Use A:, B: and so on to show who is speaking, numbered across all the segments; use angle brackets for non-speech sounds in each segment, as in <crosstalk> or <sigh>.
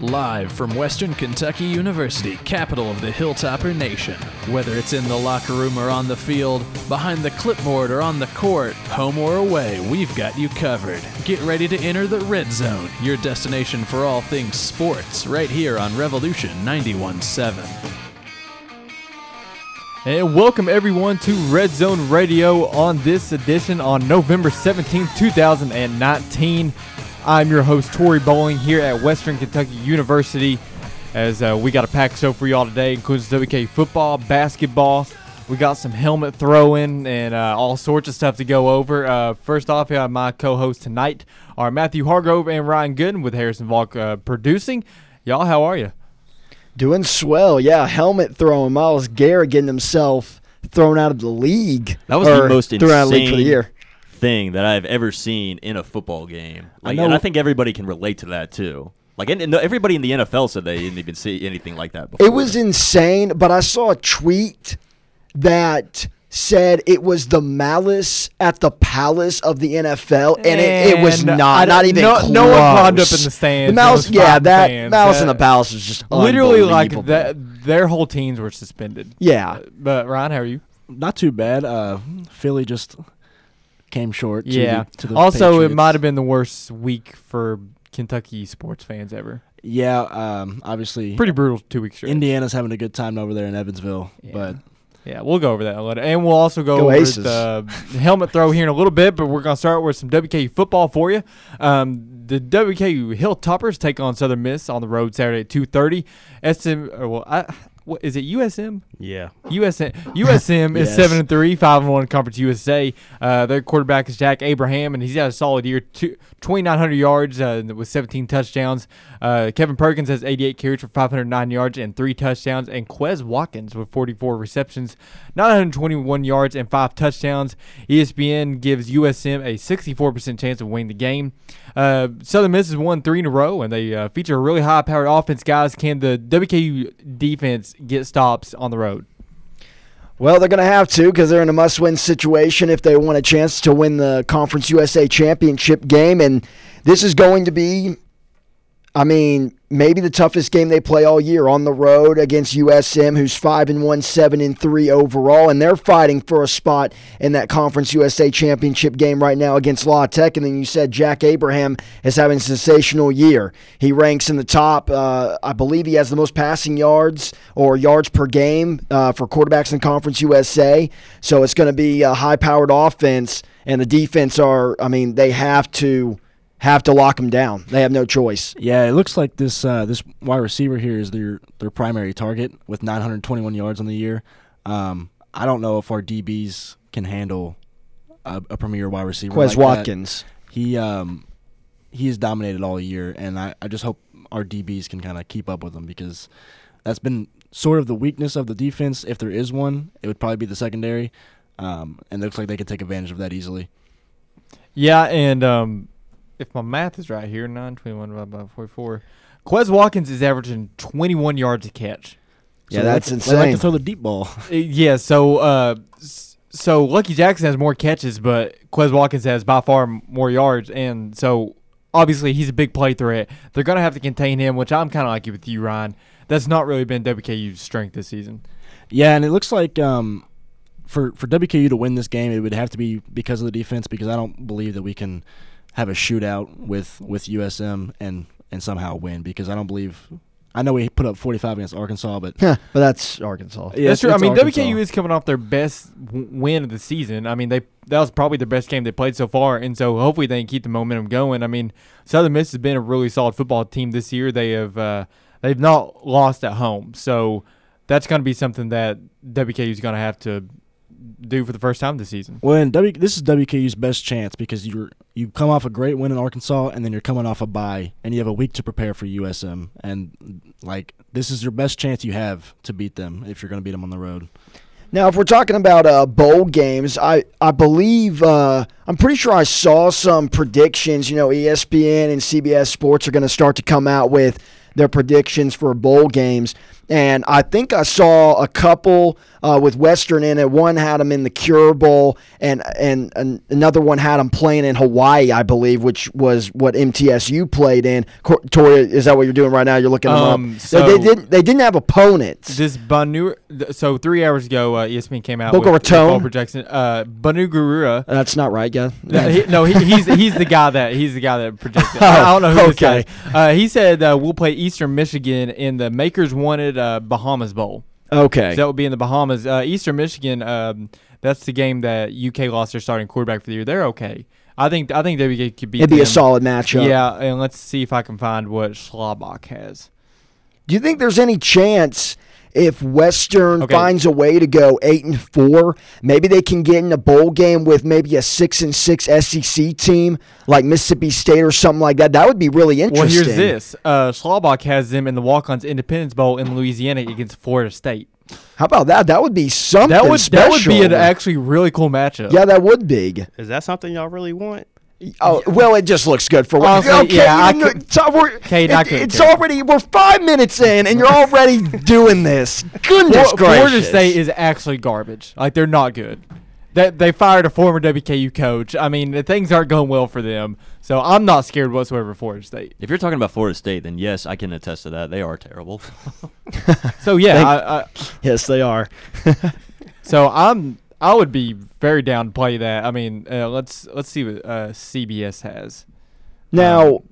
A: Live from Western Kentucky University, capital of the Hilltopper Nation. Whether it's in the locker room or on the field, behind the clipboard or on the court, home or away, we've got you covered. Get ready to enter the Red Zone, your destination for all things sports, right here on Revolution 917.
B: And welcome everyone to Red Zone Radio on this edition on November 17, 2019. I'm your host, Tori Bowling, here at Western Kentucky University. As uh, we got a packed show for y'all today, includes WK football, basketball. We got some helmet throwing and uh, all sorts of stuff to go over. Uh, first off, here are my co hosts tonight are Matthew Hargrove and Ryan Gooden with Harrison Valk uh, producing. Y'all, how are you?
C: Doing swell, yeah. Helmet throwing. Miles Garrett getting himself thrown out of the league.
D: That was
C: or
D: the most
C: thrown out of the league for the
D: insane
C: year.
D: thing that I've ever seen in a football game.
C: I
D: Like,
C: know-
D: and I think everybody can relate to that too. Like, and, and everybody in the NFL said they didn't even see anything like that before.
C: It was insane, but I saw a tweet that said it was the malice at the palace of the NFL, and, it, it was
B: And
C: not.
B: I
C: not
B: don't-
C: even
B: no-
C: close.
B: no one climbed up in the stands.
C: The
B: There
C: malice,
B: was
C: yeah,
B: five
C: that
B: fans.
C: malice in
B: That-
C: the palace was just
B: Literally, like
C: unbelievable.
B: that, their whole teams were suspended.
C: Yeah,
B: Uh, But Ryan, how are you?
E: not too bad. Uh, Philly just came short. To the, to the
B: also, it
E: Patriots.
B: might have been the worst week for Kentucky sports fans ever.
E: Yeah, um, obviously,
B: Pretty brutal two weeks straight.
E: Indiana's having a good time over there in Evansville,
B: Yeah.
E: but
B: Yeah, we'll go over that later, and we'll also go,
C: Go
B: over
C: Aces.
B: the helmet throw here in a little bit. But we're gonna start with some WKU football for you. Um, the WKU Hilltoppers take on Southern Miss on the road Saturday at two thirty. SM, or well, I, what is it? USM.
F: Yeah.
B: USM USM is
E: Yes.
B: seven and three, five and one Conference USA. Uh, their quarterback is Jack Abraham, and he's had a solid year, twenty nine hundred yards uh, with seventeen touchdowns. Uh, Kevin Perkins has eighty eight carries for five hundred nine yards and three touchdowns, and Quez Watkins with forty four receptions, nine hundred twenty one yards and five touchdowns. E ESPN gives USM a sixty four percent chance of winning the game. Uh, Southern Miss has won three in a row, and they uh, feature a really high powered offense. Guys, can the WKU defense get stops on the road?
C: Well, they're going to have to because they're in a must win situation if they want a chance to win the Conference USA Championship game. And this is going to be, I mean, maybe the toughest game they play all year on the road against USM, who's 5 and 1, 7 and 3 overall. And they're fighting for a spot in that Conference USA Championship game right now against La Tech. And then you said Jack Abraham is having a sensational year. He ranks in the top, uh, I believe he has the most passing yards or yards per game uh, for quarterbacks in Conference USA. So it's going to be a high powered offense, and the defense are, I mean, they have to have to lock them down. They have no choice.
E: yeah, it looks like this uh, this wide receiver here is their their primary target with 921 yards on the year. Um, I don't know if our DBs can handle a, a premier wide receiver.
C: Quez
E: like that.
C: Watkins.
E: he um he has dominated all year, and I, I just hope our DBs can kind of keep up with him because that's been sort of the weakness of the defense. If there is one, it would probably be the secondary, um, and it looks like they could take advantage of that easily.
B: Yeah, and um, if my math is right here, 9, 21 divided by 44. Quez Watkins is averaging 21 yards a catch.
C: Yeah,
E: they
C: that's
E: like, They like
C: insane.
E: to throw the deep ball.
B: Uh, yeah, so uh, s- so Lucky Jackson has more catches, but Quez Watkins has by far m- more yards, and so obviously he's a big play threat. They're gonna have to contain him, which I'm kind of like you with you, Ryan. That's not really been WKU's strength this season.
E: Yeah, and it looks like um, for for WKU to win this game, it would have to be because of the defense. Because I don't believe that we can have a shootout with with USM and and somehow win. Because I don't believe. I know we put up 45 against Arkansas, but
C: <laughs> Huh, but that's Arkansas.
E: Yeah,
B: That's true. I
E: it's
B: mean,
E: Arkansas.
B: WKU is coming off their best w- win of the season. I mean, they that was probably the best game they played so far, and so hopefully they can keep the momentum going. I mean, Southern Miss has been a really solid football team this year. They have uh, they've not lost at home, so that's going to be something that WKU is going to have to do for the first time this season.
E: Well, and w, this is WKU's best chance because you're you come off a great win in Arkansas, and then you're coming off a bye, and you have a week to prepare for USM, and like this is your best chance you have to beat them if you're going to beat them on the road.
C: Now, if we're talking about uh, bowl games, I I believe uh, I'm pretty sure I saw some predictions. You know, E ESPN and CBS Sports are going to start to come out with their predictions for bowl games, And I think I saw a couple uh, with Western in it. One had them in the Cure Bowl, and, and and another one had them playing in Hawaii, I believe, which was what MTSU played in. Cor- Tori, is that what you're doing right now? You're looking them
B: Um,
C: up. So they
B: so-
C: didn't they didn't have opponents.
B: This Banu, th- so three hours ago, uh, ESPN came out
C: Boca
B: with, with
C: Raton.
B: ball projection. Uh, Banu Gurura.
C: That's not right, yeah.
B: No, he, no, he, he's he's the guy that he's the guy that projected. I don't know who this guy.
C: Oh, okay.
B: is. Uh, he said uh, we'll play Eastern Michigan in the Makers Wanted uh, Bahamas Bowl.
C: Okay.
B: So that would be in the Bahamas. Uh, Eastern Michigan. Um, that's the game that UK lost their starting quarterback for the year. They're okay. I think I think they could beat.
C: It'd be a
B: them.
C: solid matchup.
B: Yeah, and let's see if I can find what Schlabach has.
C: Do you think there's any chance if Western
B: Okay.
C: finds a way to go eight and four, maybe they can get in a bowl game with maybe a six and six SEC team like Mississippi State or something like that? That would be really
B: Well,
C: interesting.
B: here's this. Uh, Schlabach has them in the Walk-Ons Independence Bowl in Louisiana against Florida State.
C: How about that? That would be something
B: That would
C: special.
B: that would be an actually really cool matchup.
C: yeah, that would be.
F: Is that something y'all really want?
C: Oh, well, it just looks good for
B: Honestly,
C: okay,
B: yeah,
C: you
B: I
C: didn't-
B: could-
C: so we're-
B: Cade, I
C: it-
B: couldn't
C: it's
B: care.
C: already we're five minutes in, and you're <laughs> already doing this. Goodness
B: Flor-
C: gracious!
B: Florida State is actually garbage. Like they're not good. They, they fired a former WKU coach. I mean, the things aren't going well for them. So I'm not scared whatsoever of Florida State.
D: If you're talking about Florida State, then yes, I can attest to that. They are terrible.
B: So yeah, I, I,
C: yes, they are.
B: so I'm I would be very down to play that. I mean, uh, let's let's see what uh, CBS has.
C: Now,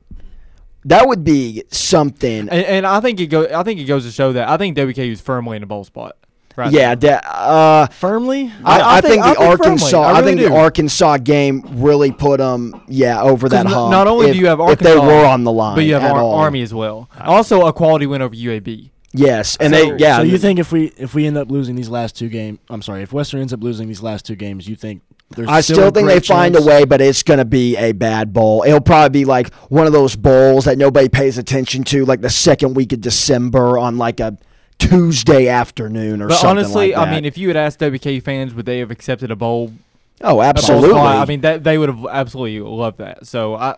C: that would be something.
B: And, and I think it go I think it goes to show that I think WKU is firmly in a bowl spot. Right.
C: yeah,
B: now.
C: that, uh,
E: Firmly?
C: I, I,
B: I think-
C: think,
B: I
C: the
B: think firmly.
C: Arkansas.
B: I
C: I,
B: really
C: think
B: do.
C: the Arkansas game really put them, yeah, over that
B: 'Cause no-
C: hump.
B: Not only
C: if-
B: do you have
C: if
B: Arkansas,
C: they were on the line,
B: but you have
C: at
B: Ar-
C: all.
B: Army as well. Also, a quality win over UAB.
C: Yes, and
E: so,
C: they, yeah.
E: So
C: th-
E: you think if we if we end up losing these last two games, I'm sorry, if Western ends up losing these last two games, you think there's
C: I
E: a
C: still think they
E: great
C: find a
E: chance?
C: way, but it's going to be a bad bowl. It'll probably be like one of those bowls that nobody pays attention to, like the second week of December on like a Tuesday afternoon or
B: But
C: something
B: honestly,
C: like that.
B: I mean, if you had asked WK fans, would they have accepted a bowl?
C: oh,
B: a bowl
C: absolutely.
B: spot? I mean, that they would have absolutely loved that. So I,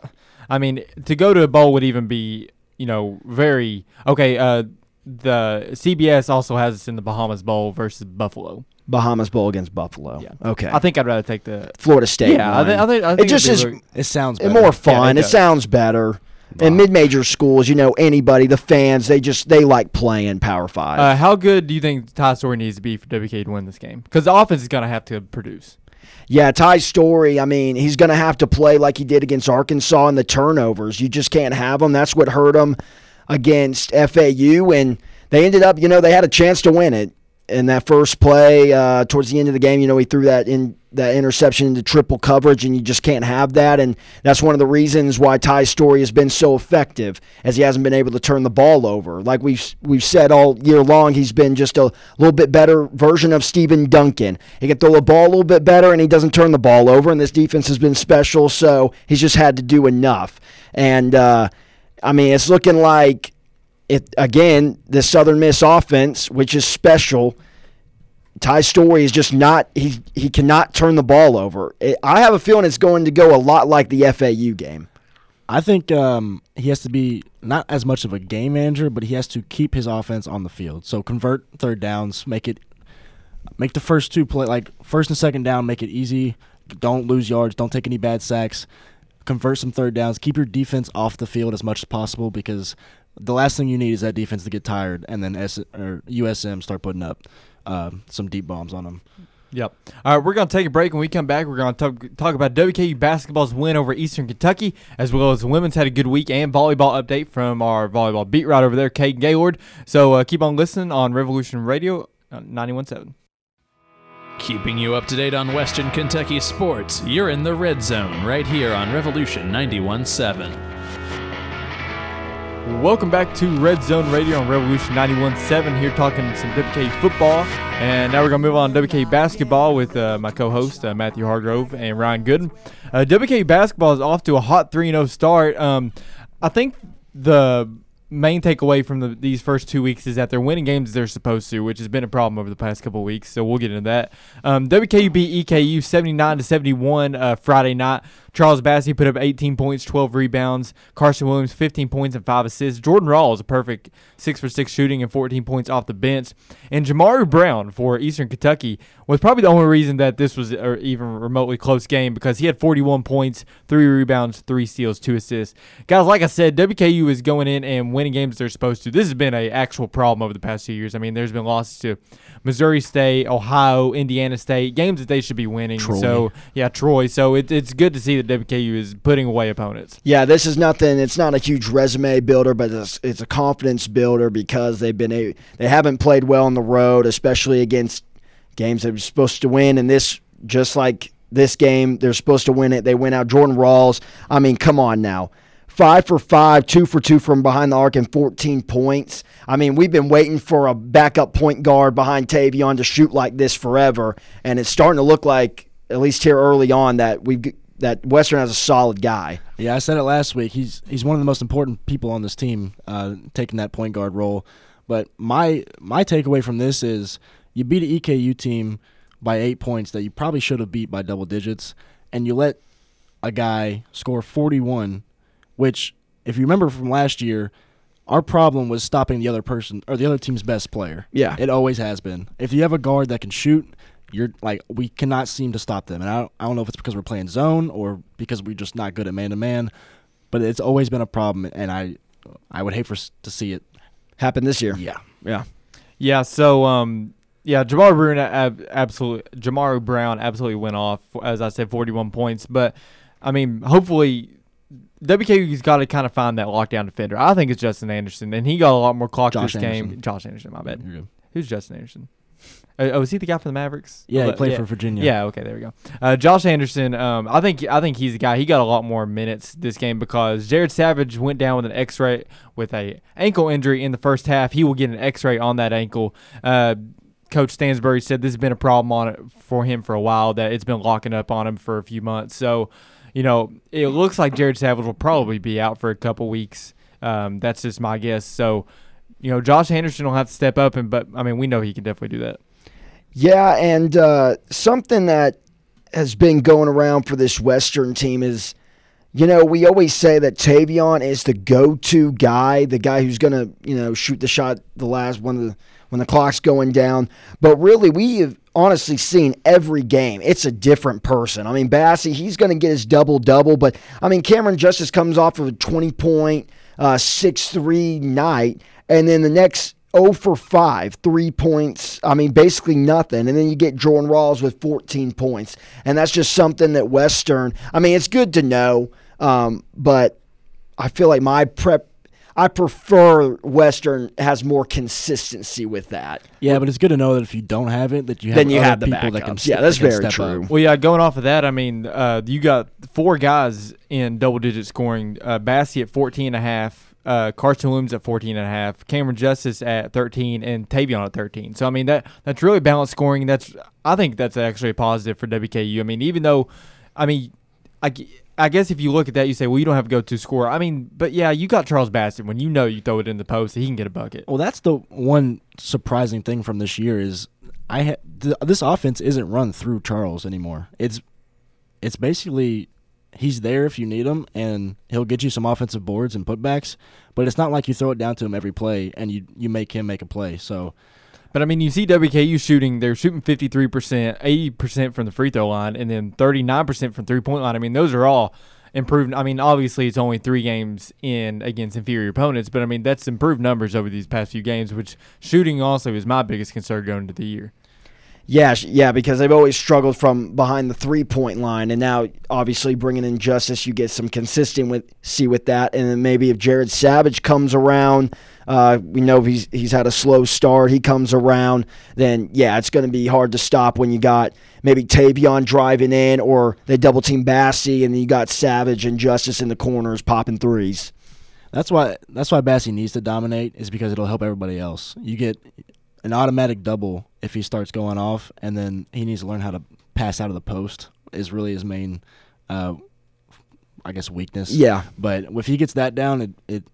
B: I mean, to go to a bowl would even be, you know, very okay. Uh, the CBS also has us in the Bahamas Bowl versus Buffalo.
C: Bahamas Bowl against Buffalo.
B: Yeah.
C: Okay,
B: I think I'd rather take the.
C: Florida State.
B: Yeah, I,
C: won.
B: th- I think I think it'd
C: just
B: be
C: is-
B: very-
E: It sounds
C: and
E: better.
C: more fun.
B: it
C: it
B: does.
C: sounds better. And mid-major schools, you know, anybody, the fans, they just they like playing Power Five.
B: Uh, how good do you think Ty Story needs to be for WK to win this game? Because the offense is going to have to produce.
C: yeah, Ty Story. I mean, he's going to have to play like he did against Arkansas in the turnovers. You just can't have them. That's what hurt him against FAU, and they ended up. You know, they had a chance to win it in that first play uh, towards the end of the game. You know, he threw that in that interception into triple coverage, and you just can't have that. And that's one of the reasons why Ty Story has been so effective, as he hasn't been able to turn the ball over. Like we've we've said all year long, he's been just a little bit better version of Stephen Duncan. He can throw the ball a little bit better, and he doesn't turn the ball over. And this defense has been special, so he's just had to do enough. And uh, I mean, it's looking like it again. The Southern Miss offense, which is special. Ty Story is just not he he cannot turn the ball over. It, I have a feeling it's going to go a lot like the FAU game.
E: I think um, he has to be not as much of a game manager, but he has to keep his offense on the field. So convert third downs, make it, make the first two play like first and second down, make it easy. Don't lose yards. Don't take any bad sacks. Convert some third downs. Keep your defense off the field as much as possible because the last thing you need is that defense to get tired and then S- or USM start putting up uh, some deep bombs on them.
B: Yep. All right, we're going to take a break. When we come back, we're going to talk, talk about WKU basketball's win over Eastern Kentucky, as well as women's had a good week and volleyball update from our volleyball beat right over there, Kate Gaylord. So uh, keep on listening on Revolution Radio uh, 91.7.
A: Keeping you up to date on Western Kentucky sports, you're in the red zone right here on Revolution 91.7.
B: Welcome back to Red Zone Radio on Revolution 91.7. Here talking some WKU football. And now we're going to move on to WKU basketball with uh, my co host, uh, Matthew Hargrove and Ryan Gooden. Uh, WKU basketball is off to a hot 3 0 start. Um, I think the main takeaway from the, these first two weeks is that they're winning games as they're supposed to, which has been a problem over the past couple of E weeks. So we'll get into that. Um, WKU beat EKU 79 to 71 uh, Friday night. Charles Bassey put up 18 points, 12 rebounds. Carson Williams, 15 points and 5 assists. Jordan Rawls, a perfect 6 for 6 shooting and 14 points off the bench. And Jamari Brown for Eastern Kentucky was probably the only reason that this was a even remotely close game because he had 41 points, 3 rebounds, 3 steals, 2 assists. Guys, like I said, WKU is going in and winning games they're supposed to. This has been an actual problem over the past two years. I mean, there's been losses to Missouri State, Ohio, Indiana State, games that they should be winning.
E: Troy.
B: So, yeah, Troy. So it, it's good to see that WKU is putting away opponents.
C: Yeah, this is nothing. It's not a huge resume builder, but it's, it's a confidence builder because they've been a, they haven't played well on the road, especially against games they're supposed to win. And this, just like this game, they're supposed to win it. They win out. Jordan Rawls. I mean, come on now. Five for five, two for two from behind the arc, and 14 points. I mean, we've been waiting for a backup point guard behind Tavion to shoot like this forever, and it's starting to look like, at least here early on, that we have that Western has a solid guy.
E: Yeah, I said it last week. He's he's one of the most important people on this team, uh, taking that point guard role. But my my takeaway from this is you beat an EKU team by eight points that you probably should have beat by double digits, and you let a guy score forty one, which if you remember from last year, our problem was stopping the other person or the other team's best player.
C: Yeah.
E: It always has been. If you have a guard that can shoot, you're like we cannot seem to stop them. And I don't, I don't know if it's because we're playing zone or because we're just not good at man to man, but it's always been a problem. And I I would hate for s- to see it.
C: Happened this year.
E: Yeah.
C: Yeah.
B: Yeah. So, um, yeah, Jamar Brown ab- absolutely. Jamar Brown absolutely went off. As I said, forty-one points. But I mean, hopefully, WKU's got to kind of find that lockdown defender. I think it's Justin Anderson, and he got a lot more clock
E: Josh
B: this game.
E: Anderson. Mm-hmm.
B: Josh Anderson, my bad.
E: You're good.
B: Who's Justin Anderson? Uh, oh, is he the guy from the Mavericks?
E: Yeah, he
B: Uh,
E: played for Virginia.
B: Yeah. Okay. There we go. Uh, Josh Anderson. Um, I think I think he's the guy. He got a lot more minutes this game because Jared Savage went down with an X-ray with a ankle injury in the first half. He will get an X-ray on that ankle. Uh, Coach Stansbury said this has been a problem on it for him for a while. That it's been locking up on him for a few months. So, you know, it looks like Jared Savage will probably be out for a couple weeks. Um, that's just my guess. So. You know, Josh Anderson will have to step up, and but I mean, we know he can definitely do that.
C: Yeah, and uh, something that has been going around for this Western team is, you know, we always say that Tavion is the go-to guy, the guy who's gonna, you know, shoot the shot the last when the when the clock's going down. But really, we have honestly seen every game. It's a different person. I mean, Bassie, he's gonna get his double double, but I mean, Cameron Justice comes off of a twenty-point, uh, six-three night, and then the next 0 for 5, three points. I mean, basically nothing. And then you get Jordan Rawls with 14 points. And that's just something that Western, I mean, it's good to know, um, but I feel like my prep, I prefer Western has more consistency with that.
E: Yeah, but it's good to know that if you don't have it, that you have
C: Then you
E: other
C: have the
E: people that can
C: backups.
E: ste-
C: Yeah, that's
E: that can
C: very
E: step up.
C: true.
B: Well, yeah, going off of that, I mean, uh, you got four guys in double digit scoring. Uh, Bassie at 14 and a half, uh, Carson Williams at 14 and a half, Cameron Justice at 13, and Tavion at 13. So, I mean, that that's really balanced scoring. That's I think that's actually a positive for WKU. I mean, even though, I mean, I, g- I guess if you look at that, you say, well, you don't have a go to scorer. I mean, but yeah, you got Charles Bassett when you know you throw it in the post, he can get a bucket.
E: Well, that's the one surprising thing from this year is I ha- th- this offense isn't run through Charles anymore. It's it's basically he's there if you need him, and he'll get you some offensive boards and putbacks. But it's not like you throw it down to him every play and you you make him make a play. So
B: But I mean, you see WKU shooting; they're shooting fifty three percent, eighty percent from the free throw line, and then thirty nine percent from three point line. I mean, those are all improved. I mean, obviously, it's only three games in against inferior opponents, but I mean, that's improved numbers over these past few games. Which shooting also is my biggest concern going into the year.
C: Yeah, sh- yeah, because they've always struggled from behind the three point line, and now obviously bringing in Justice, you get some consistent with see with that, and then maybe if Jared Savage comes around, uh, we know he's he's had a slow start. He comes around, then yeah, it's going to be hard to stop when you got maybe Tavion driving in, or they double team Bassie, and then you got Savage and Justice in the corners popping threes.
E: that's why that's why Bassie needs to dominate is because it'll help everybody else. You get an automatic double if he starts going off, and then he needs to learn how to pass out of the post. Is really his main, uh, I guess, weakness.
C: Yeah,
E: But if he gets that down, it, it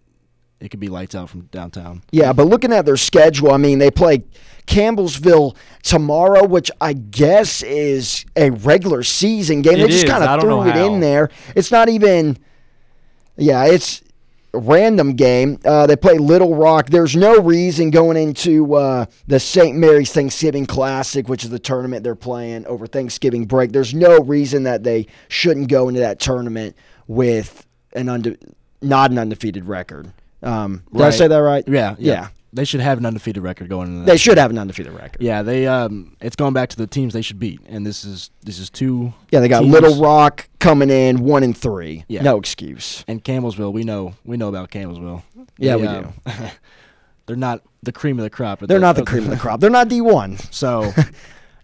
E: it could be lights out from downtown.
C: Yeah, but looking at their schedule, I mean, they play Campbellsville tomorrow, which I guess is a regular season game.
B: It
C: they just
B: is.
C: kind
B: I
C: of
B: don't
C: threw
B: know
C: it
B: how.
C: in there. It's not even. Yeah, it's a random game. Uh, they play Little Rock. There's no reason going into uh, the St. Mary's Thanksgiving Classic, which is the tournament they're playing over Thanksgiving break. There's no reason that they shouldn't go into that tournament with an unde- not an undefeated record. Um, did I
E: Right.
C: say that right?
E: Yeah, yeah.
C: Yeah.
E: They should have an undefeated record going into that.
C: They should have an undefeated record. Yeah,
E: Yeah, they um it's going back to the teams they should beat and this is this is two
C: they got
E: teams.
C: Little Rock coming in one and three.
E: Yeah.
C: No excuse.
E: and Campbellsville, we know we know about Campbellsville.
C: Yeah,
E: They,
C: we
E: uh, <laughs> they're not the cream of the crop.
C: They're not the
E: <laughs>
C: cream of the crop. They're not D one.
E: So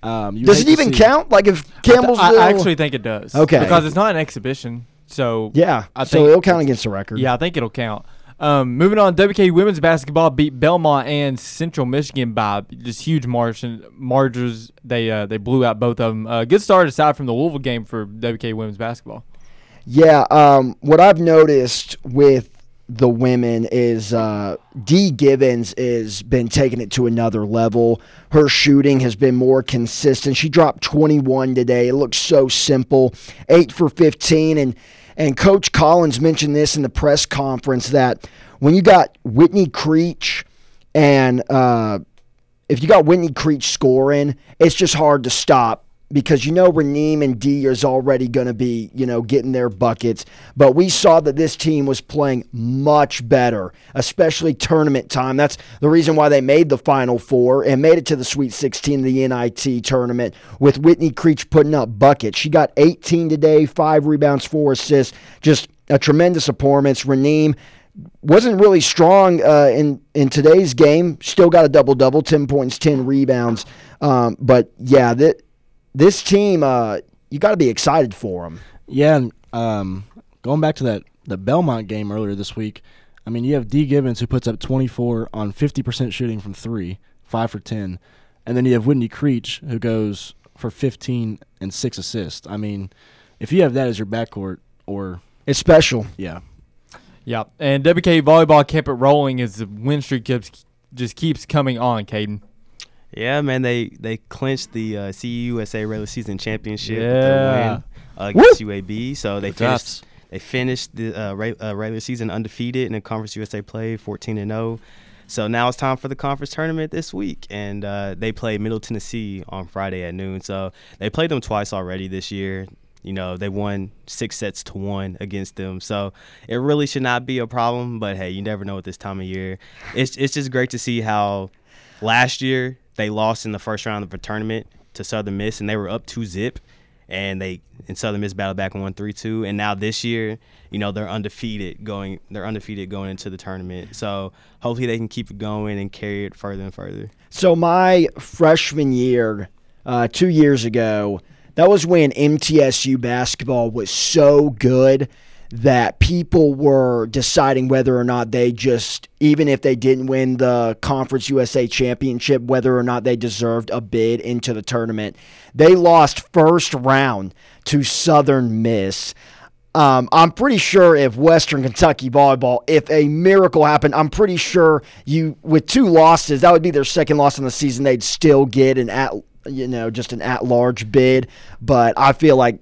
E: um you
C: Does
E: hate
C: it
E: to
C: even
E: see-
C: count? Like if Campbellsville,
B: I, I actually think it does.
C: Okay.
B: Because it's not an exhibition, so
C: yeah.
B: I
C: so
B: think-
C: it'll count against the record.
B: Yeah, I think it'll count. Um, moving on, WK women's basketball beat Belmont and Central Michigan by just huge margin, margins. They uh, they blew out both of them. Uh, good start aside from the Louisville game for WK women's basketball.
C: Yeah. Um, what I've noticed with the women is uh, Dee Gibbons has been taking it to another level. Her shooting has been more consistent. She dropped 21 today. It looks so simple, eight for 15. And and Coach Collins mentioned this in the press conference that when you got Whitney Creech and uh, if you got Whitney Creech scoring, it's just hard to stop because you know Raneem and D is already going to be, you know, getting their buckets. But we saw that this team was playing much better, especially tournament time. That's the reason why they made the Final Four and made it to the Sweet 16 of the NIT tournament with Whitney Creech putting up buckets. She got 18 today, five rebounds, four assists, just a tremendous performance. Raneem wasn't really strong uh, in in today's game. Still got a double double, ten points, ten rebounds. Um, but yeah, that this team, uh, you got to be excited for them.
E: Yeah, and um, going back to that the Belmont game earlier this week, I mean you have D Gibbons who puts up 24 on 50% shooting from three, five for 10, and then you have Whitney Creech who goes for 15 and six assists. I mean, if you have that as your backcourt, or
C: It's special.
E: yeah,
B: Yeah, and WK volleyball kept it rolling as the win streak keeps, just keeps coming on. Caden.
F: Yeah, man, they they clinched the uh, CUSA regular season championship
B: Yeah.
F: with their win uh, against UAB. So they
D: Good
F: finished
D: jobs.
F: they finished the uh, re- uh, regular season undefeated in the Conference USA play, 14 and 0. So now it's time for the conference tournament this week, and uh, they play Middle Tennessee on Friday at noon. So they played them twice already this year. You know they won six sets to one against them, so it really should not be a problem. But hey, you never know at this time of year. It's it's just great to see how last year they lost in the first round of a tournament to Southern Miss, and they were up two zip, and they and Southern Miss battled back and won three two. And now this year, you know they're undefeated going they're undefeated going into the tournament. So hopefully they can keep it going and carry it further and further.
C: So my freshman year, uh, two years ago, that was when MTSU basketball was so good that people were deciding whether or not they just, even if they didn't win the Conference USA championship, whether or not they deserved a bid into the tournament. They lost first round to Southern Miss. Um, I'm pretty sure if Western Kentucky volleyball, if a miracle happened, I'm pretty sure you with two losses, that would be their second loss in the season. They'd still get an at you know just an at large bid, but I feel like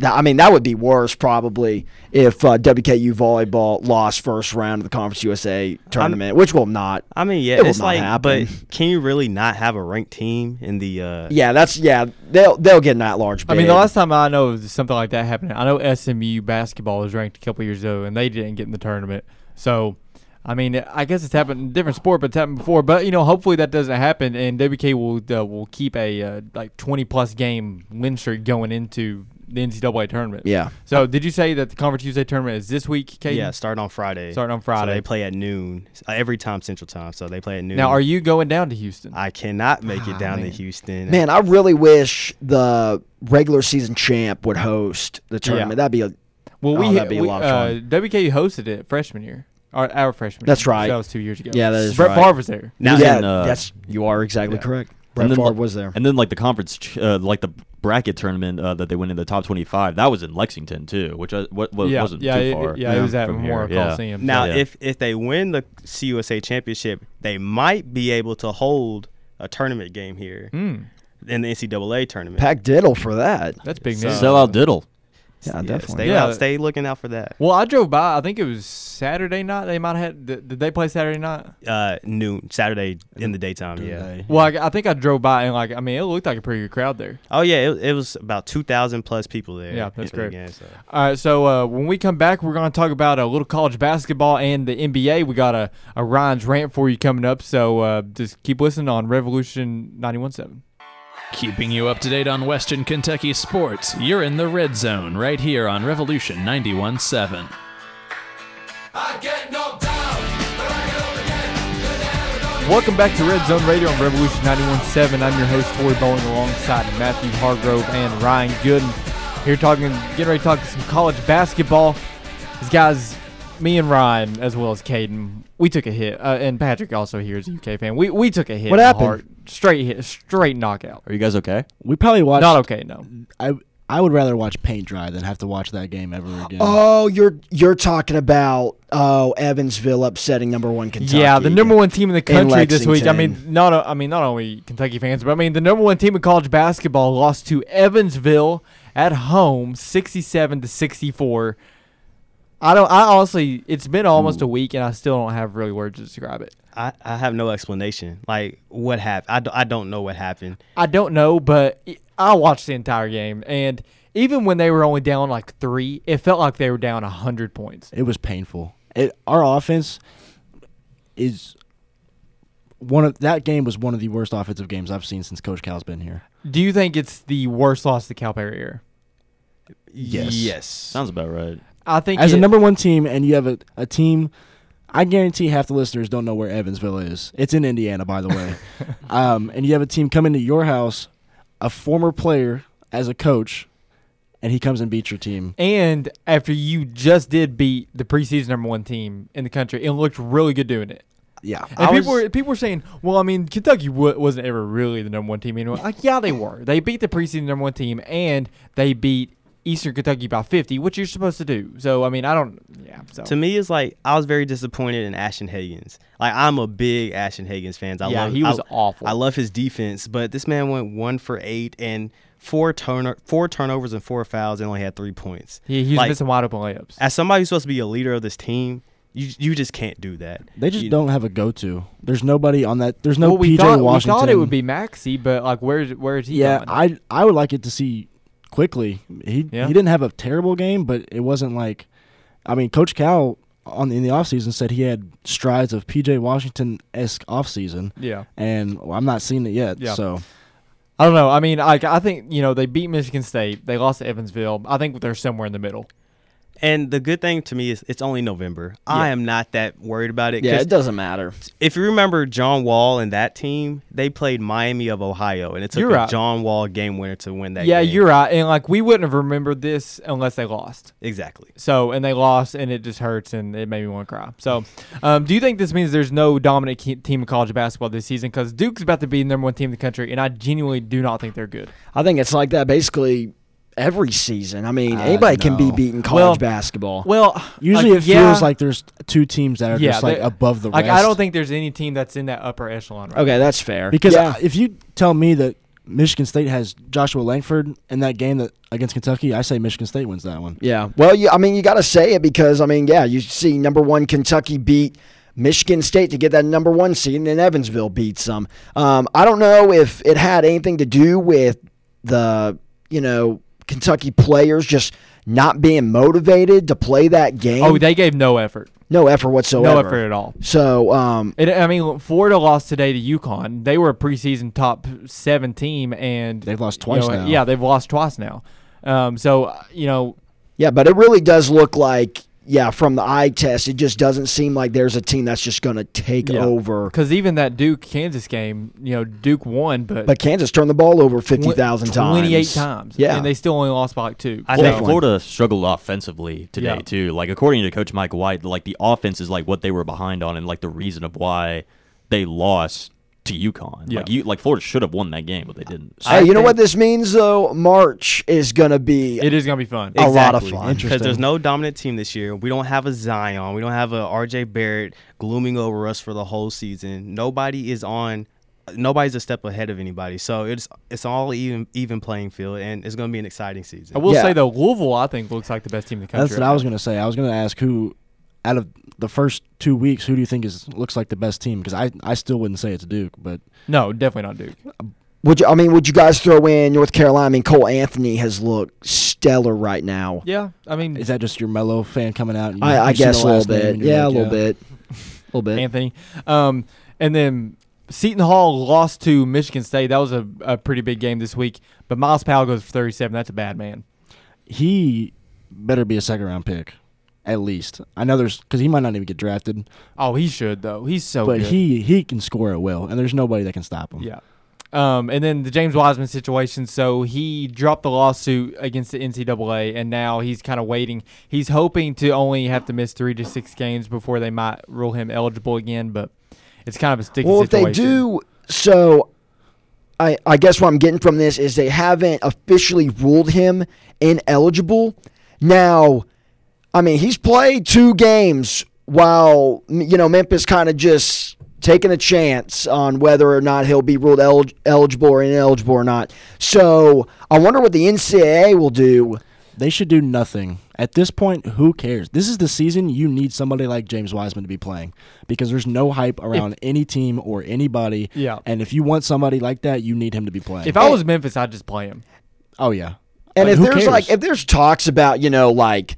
C: that. I mean, that would be worse probably if uh, WKU volleyball lost first round of the Conference USA tournament, which will not.
F: I mean,
C: It
F: yeah,
C: will
F: it's
C: not
F: like,
C: happen.
F: but can you really not have a ranked team in the? Uh,
C: Yeah, that's yeah. They'll they'll get an at large bid.
B: I mean, the last time I know of something like that happening, I know SMU basketball was ranked a couple years ago, and they didn't get in the tournament. So, I mean, I guess it's happened in a different sport, but it's happened before. But you know, hopefully that doesn't happen, and WK will uh, will keep a uh, like twenty plus game win streak going into the NCAA tournament.
C: yeah.
B: So, did you say that the Conference USA tournament is this week, Kate?
F: yeah, start on Friday.
B: Starting on
F: So
B: Friday.
F: they play at noon uh, every time Central Time. So they play at noon.
B: Now, are you going down to Houston?
F: I cannot make it
B: Ah,
F: down
B: man.
F: to Houston.
C: Man, I really wish the regular season champ would host the tournament. That'd be a
B: well, we,
C: Oh, that'd be a
B: we,
C: lot of
B: Uh, WK hosted it freshman year, our, our freshman.
C: That's
B: year.
C: right.
B: So that was two years ago.
C: Yeah, that is
B: Brett
C: right.
B: Favre was there.
D: Now
C: yeah,
D: in, uh,
C: that's you are exactly
B: yeah.
C: correct. Brett
D: then,
C: Favre
D: like-
C: was there.
D: And then like the conference, ch- uh, like the bracket tournament uh, that they went in the top twenty-five. That was in Lexington too, which I, what, what
B: yeah,
D: wasn't
B: yeah,
D: too
B: it-
D: far.
B: yeah, It was at
D: from
B: Memorial
D: here, yeah.
B: Coliseum.
F: Now,
D: yeah.
F: if if they win the CUSA championship, they might be able to hold a tournament game here
B: Mm,
F: in the NCAA tournament.
C: Pack diddle for that.
B: that's big
F: So-
B: news.
D: Sell out diddle.
C: Yeah,
F: Yes,
C: definitely.
F: Stay,
B: Yeah.
F: out, stay looking out for that.
B: well, I drove by. I think it was Saturday night. They might have had. Did, did they play Saturday night?
F: Uh, noon Saturday in the daytime.
E: during
F: Yeah.
E: the day.
B: Well, I, I think I drove by and like I mean, it looked like a pretty good crowd there.
F: Oh yeah, it, it was about two thousand plus people there.
B: Yeah, that's
F: for the
B: great.
F: game, so.
B: All right, so uh, when we come back, we're going to talk about a little college basketball and the NBA. We got a, a Ryan's rant for you coming up, so uh, just keep listening on Revolution 91.7.
A: Keeping you up to date on Western Kentucky sports, you're in the red zone right here on Revolution 91.7.
B: Welcome back to Red Zone Radio on Revolution 91.7. I'm your host, Tori Bowling, alongside Matthew Hargrove and Ryan Gooden. Here talking, getting ready to talk to some college basketball. These guys, me and Ryan, as well as Caden, we took a hit. Uh, and Patrick also here is a UK fan. We, we took a hit.
C: What
B: in the
C: happened?
B: heart. Straight hit, straight knockout.
D: Are you guys okay?
E: we probably watched.
B: Not okay, no.
E: I I would rather watch paint dry than have to watch that game ever again.
C: Oh, you're you're talking about oh Evansville upsetting number one Kentucky.
B: Yeah, the number one team in the
C: In
B: country this week. I mean,
C: Lexington.
B: not o- I mean not only Kentucky fans, but I mean the number one team in college basketball lost to Evansville at home, sixty-seven to sixty-four. I don't. I honestly, it's been almost a week, and I still don't have really words to describe it.
F: I, I have no explanation. Like what happened? I, d- I don't know what happened.
B: I don't know, but i- I watched the entire game, and even when they were only down like three, it felt like they were down hundred points.
E: It was painful. It our offense is one of that game was one of the worst offensive games I've seen since Coach Cal's been here.
B: Do you think it's the worst loss to Calipari era?
E: Yes.
F: Yes.
D: Sounds about right.
B: I think
E: As a
B: it-
E: number one team, and you have a, a team, I guarantee half the listeners don't know where Evansville is. It's in Indiana, by
B: <laughs>
E: the way. um, and you have a team come into your house, a former player as a coach, and he comes and beats your team.
B: And after you just did beat the preseason number one team in the country, it looked really good doing it.
E: Yeah,
B: And people were people were saying, "Well, I mean, Kentucky w- wasn't ever really the number one team anyway." Like, yeah, they were. They beat the preseason number one team, and they beat Eastern Kentucky by fifty, which you're supposed to do. So, I mean, I don't. Yeah. So.
F: To me, it's like I was very disappointed in Ashton Higgins. Like I'm a big Ashton Higgins fan. I
B: Yeah,
F: love,
B: he was
F: I-
B: awful.
F: I love his defense, but this man went one for eight and four turn four turnovers and four fouls and only had three points.
B: he, he was
F: like,
B: missing wide open layups.
F: As somebody who's supposed to be a leader of this team, you you just can't do that.
E: they just
F: You-
E: don't have a go-to. There's nobody on that. There's no
B: well, we
E: PJ
B: thought
E: Washington.
B: we thought it would be Maxi, but like, where's where's he?
E: Yeah,
B: going?
E: I I would like it to see quickly. He
B: Yeah.
E: he didn't have a terrible game, but it wasn't like I mean, Coach Cal on in the offseason said he had strides of PJ Washington esque offseason,
B: yeah.
E: and well, I'm not seeing it yet.
B: Yeah.
E: So
B: I don't know. I mean, like, I think you know they beat Michigan State. They lost to Evansville. I think they're somewhere in the middle.
F: And the good thing to me is it's only November. I am not that worried about it.
C: Yeah,
F: 'cause
C: it doesn't matter.
F: if you remember John Wall and that team, they played Miami of Ohio, and it took
B: You're
F: a
B: right.
F: John Wall game winner to win that.
B: yeah,
F: game.
B: you're right. And like we wouldn't have remembered this unless they lost.
F: exactly.
B: So and they lost, and it just hurts, and it made me want to cry. So, um, do you think this means there's no dominant ke- team in college basketball this season? Because Duke's about to be the number one team in the country, and I genuinely do not think they're good.
C: I think it's like that basically every season. I mean,
E: Uh,
C: anybody can be
E: no.
C: beaten college
B: Well-
C: basketball.
B: Well,
E: usually
B: like,
E: it feels
B: yeah,
E: like there's two teams that are
B: Yeah,
E: just like
B: they-
E: above the
B: like
E: rest.
B: I don't think there's any team that's in that upper echelon. Right
C: okay, that's fair.
E: because
C: yeah,
E: if you tell me that Michigan State has Joshua Langford in that game that against Kentucky, I say Michigan State wins that one.
C: yeah. Well, you, I mean, you got to say it because I mean, yeah, you see number one Kentucky beat Michigan State to get that number one seed, and then Evansville beats them. Um, I don't know if it had anything to do with the you know Kentucky players just not being motivated to play that game.
B: Oh, they gave no effort,
C: no effort
B: no
C: whatsoever.
B: effort at all.
C: So, um,
B: It, I mean, Florida lost today to Yukon. They were a preseason top seven team, and
E: They've lost
B: you
E: twice
B: know,
E: now.
B: Yeah, they've lost twice now. Um, so uh, you know,
C: Yeah, but it really does look like, yeah, from the eye test, it just doesn't seem like there's a team that's just going to take
B: Yeah.
C: over.
B: Because even that Duke Kansas game, you know, Duke won, but,
C: But Kansas turned the ball over
B: twen-
C: 50,000 times.
B: 28 times.
C: Yeah.
B: And they still only lost by like two.
D: I
B: So-
D: think Florida struggled offensively today
B: Yeah.
D: too. Like according to Coach Mike White, like the offense is like what they were behind on, and like the reason of why they lost to UConn.
B: Yeah.
D: Like you, like Florida should have won that game, but they didn't. So-
C: Hey, you know what this means though? March is gonna be
B: It is gonna be fun.
E: Oh,
C: a lot of fun.
F: Because there's
E: Interesting.
F: no dominant team this year. We don't have a Zion. We don't have a RJ Barrett glooming over us for the whole season. Nobody is on. Nobody's a step ahead of anybody. So it's it's all even even playing field, and it's going to be an exciting season.
B: I will
C: Yeah.
B: say though, Louisville I think looks like the best team in the country.
E: That's what I was gonna say. I was gonna ask who, out of the first two weeks, who do you think is looks like the best team? Because I, I still wouldn't say it's Duke, but
B: No, definitely not Duke.
C: Would you, I mean, would you guys throw in North Carolina? I mean, Cole Anthony has looked stellar right now.
B: Yeah, I mean
E: is that just your mellow fan coming out? And you-
C: I, I
E: you see the
C: guess a little
E: last name
C: bit.
E: and you're
C: Yeah, a
E: like,
C: little bit. A little bit.
B: Anthony. Um, and then Seton Hall lost to Michigan State. That was a, a pretty big game this week. But Miles Powell goes for 37. That's a bad man.
E: He better be a second round pick, at least. I know there's because he might not even get drafted,
B: Oh, he should though. He's so
E: but
B: good.
E: he he can score it well, and there's nobody that can stop him.
B: yeah. Um, and then the James Wiseman situation. So he dropped the lawsuit against the NCAA, and now he's kind of waiting. He's hoping to only have to miss three to six games before they might rule him eligible again. But it's kind of a sticky
C: Well, if
B: situation.
C: they do, so I, I guess what I'm getting from this is they haven't officially ruled him ineligible. Now, I mean, he's played two games while, m- you know, Memphis kind of just taking a chance on whether or not he'll be ruled el- eligible or ineligible or not. So I wonder what the NCAA will do.
E: They should do nothing. At this point, who cares? This is the season you need somebody like James Wiseman to be playing because there's no hype around any team or anybody.
B: Yeah.
E: And if you want somebody like that, you need him to be playing.
B: If I was Memphis, I'd just play him.
E: oh yeah.
C: And
E: Like,
C: if
E: who
C: there's
E: cares?
C: like if there's talks about you know like,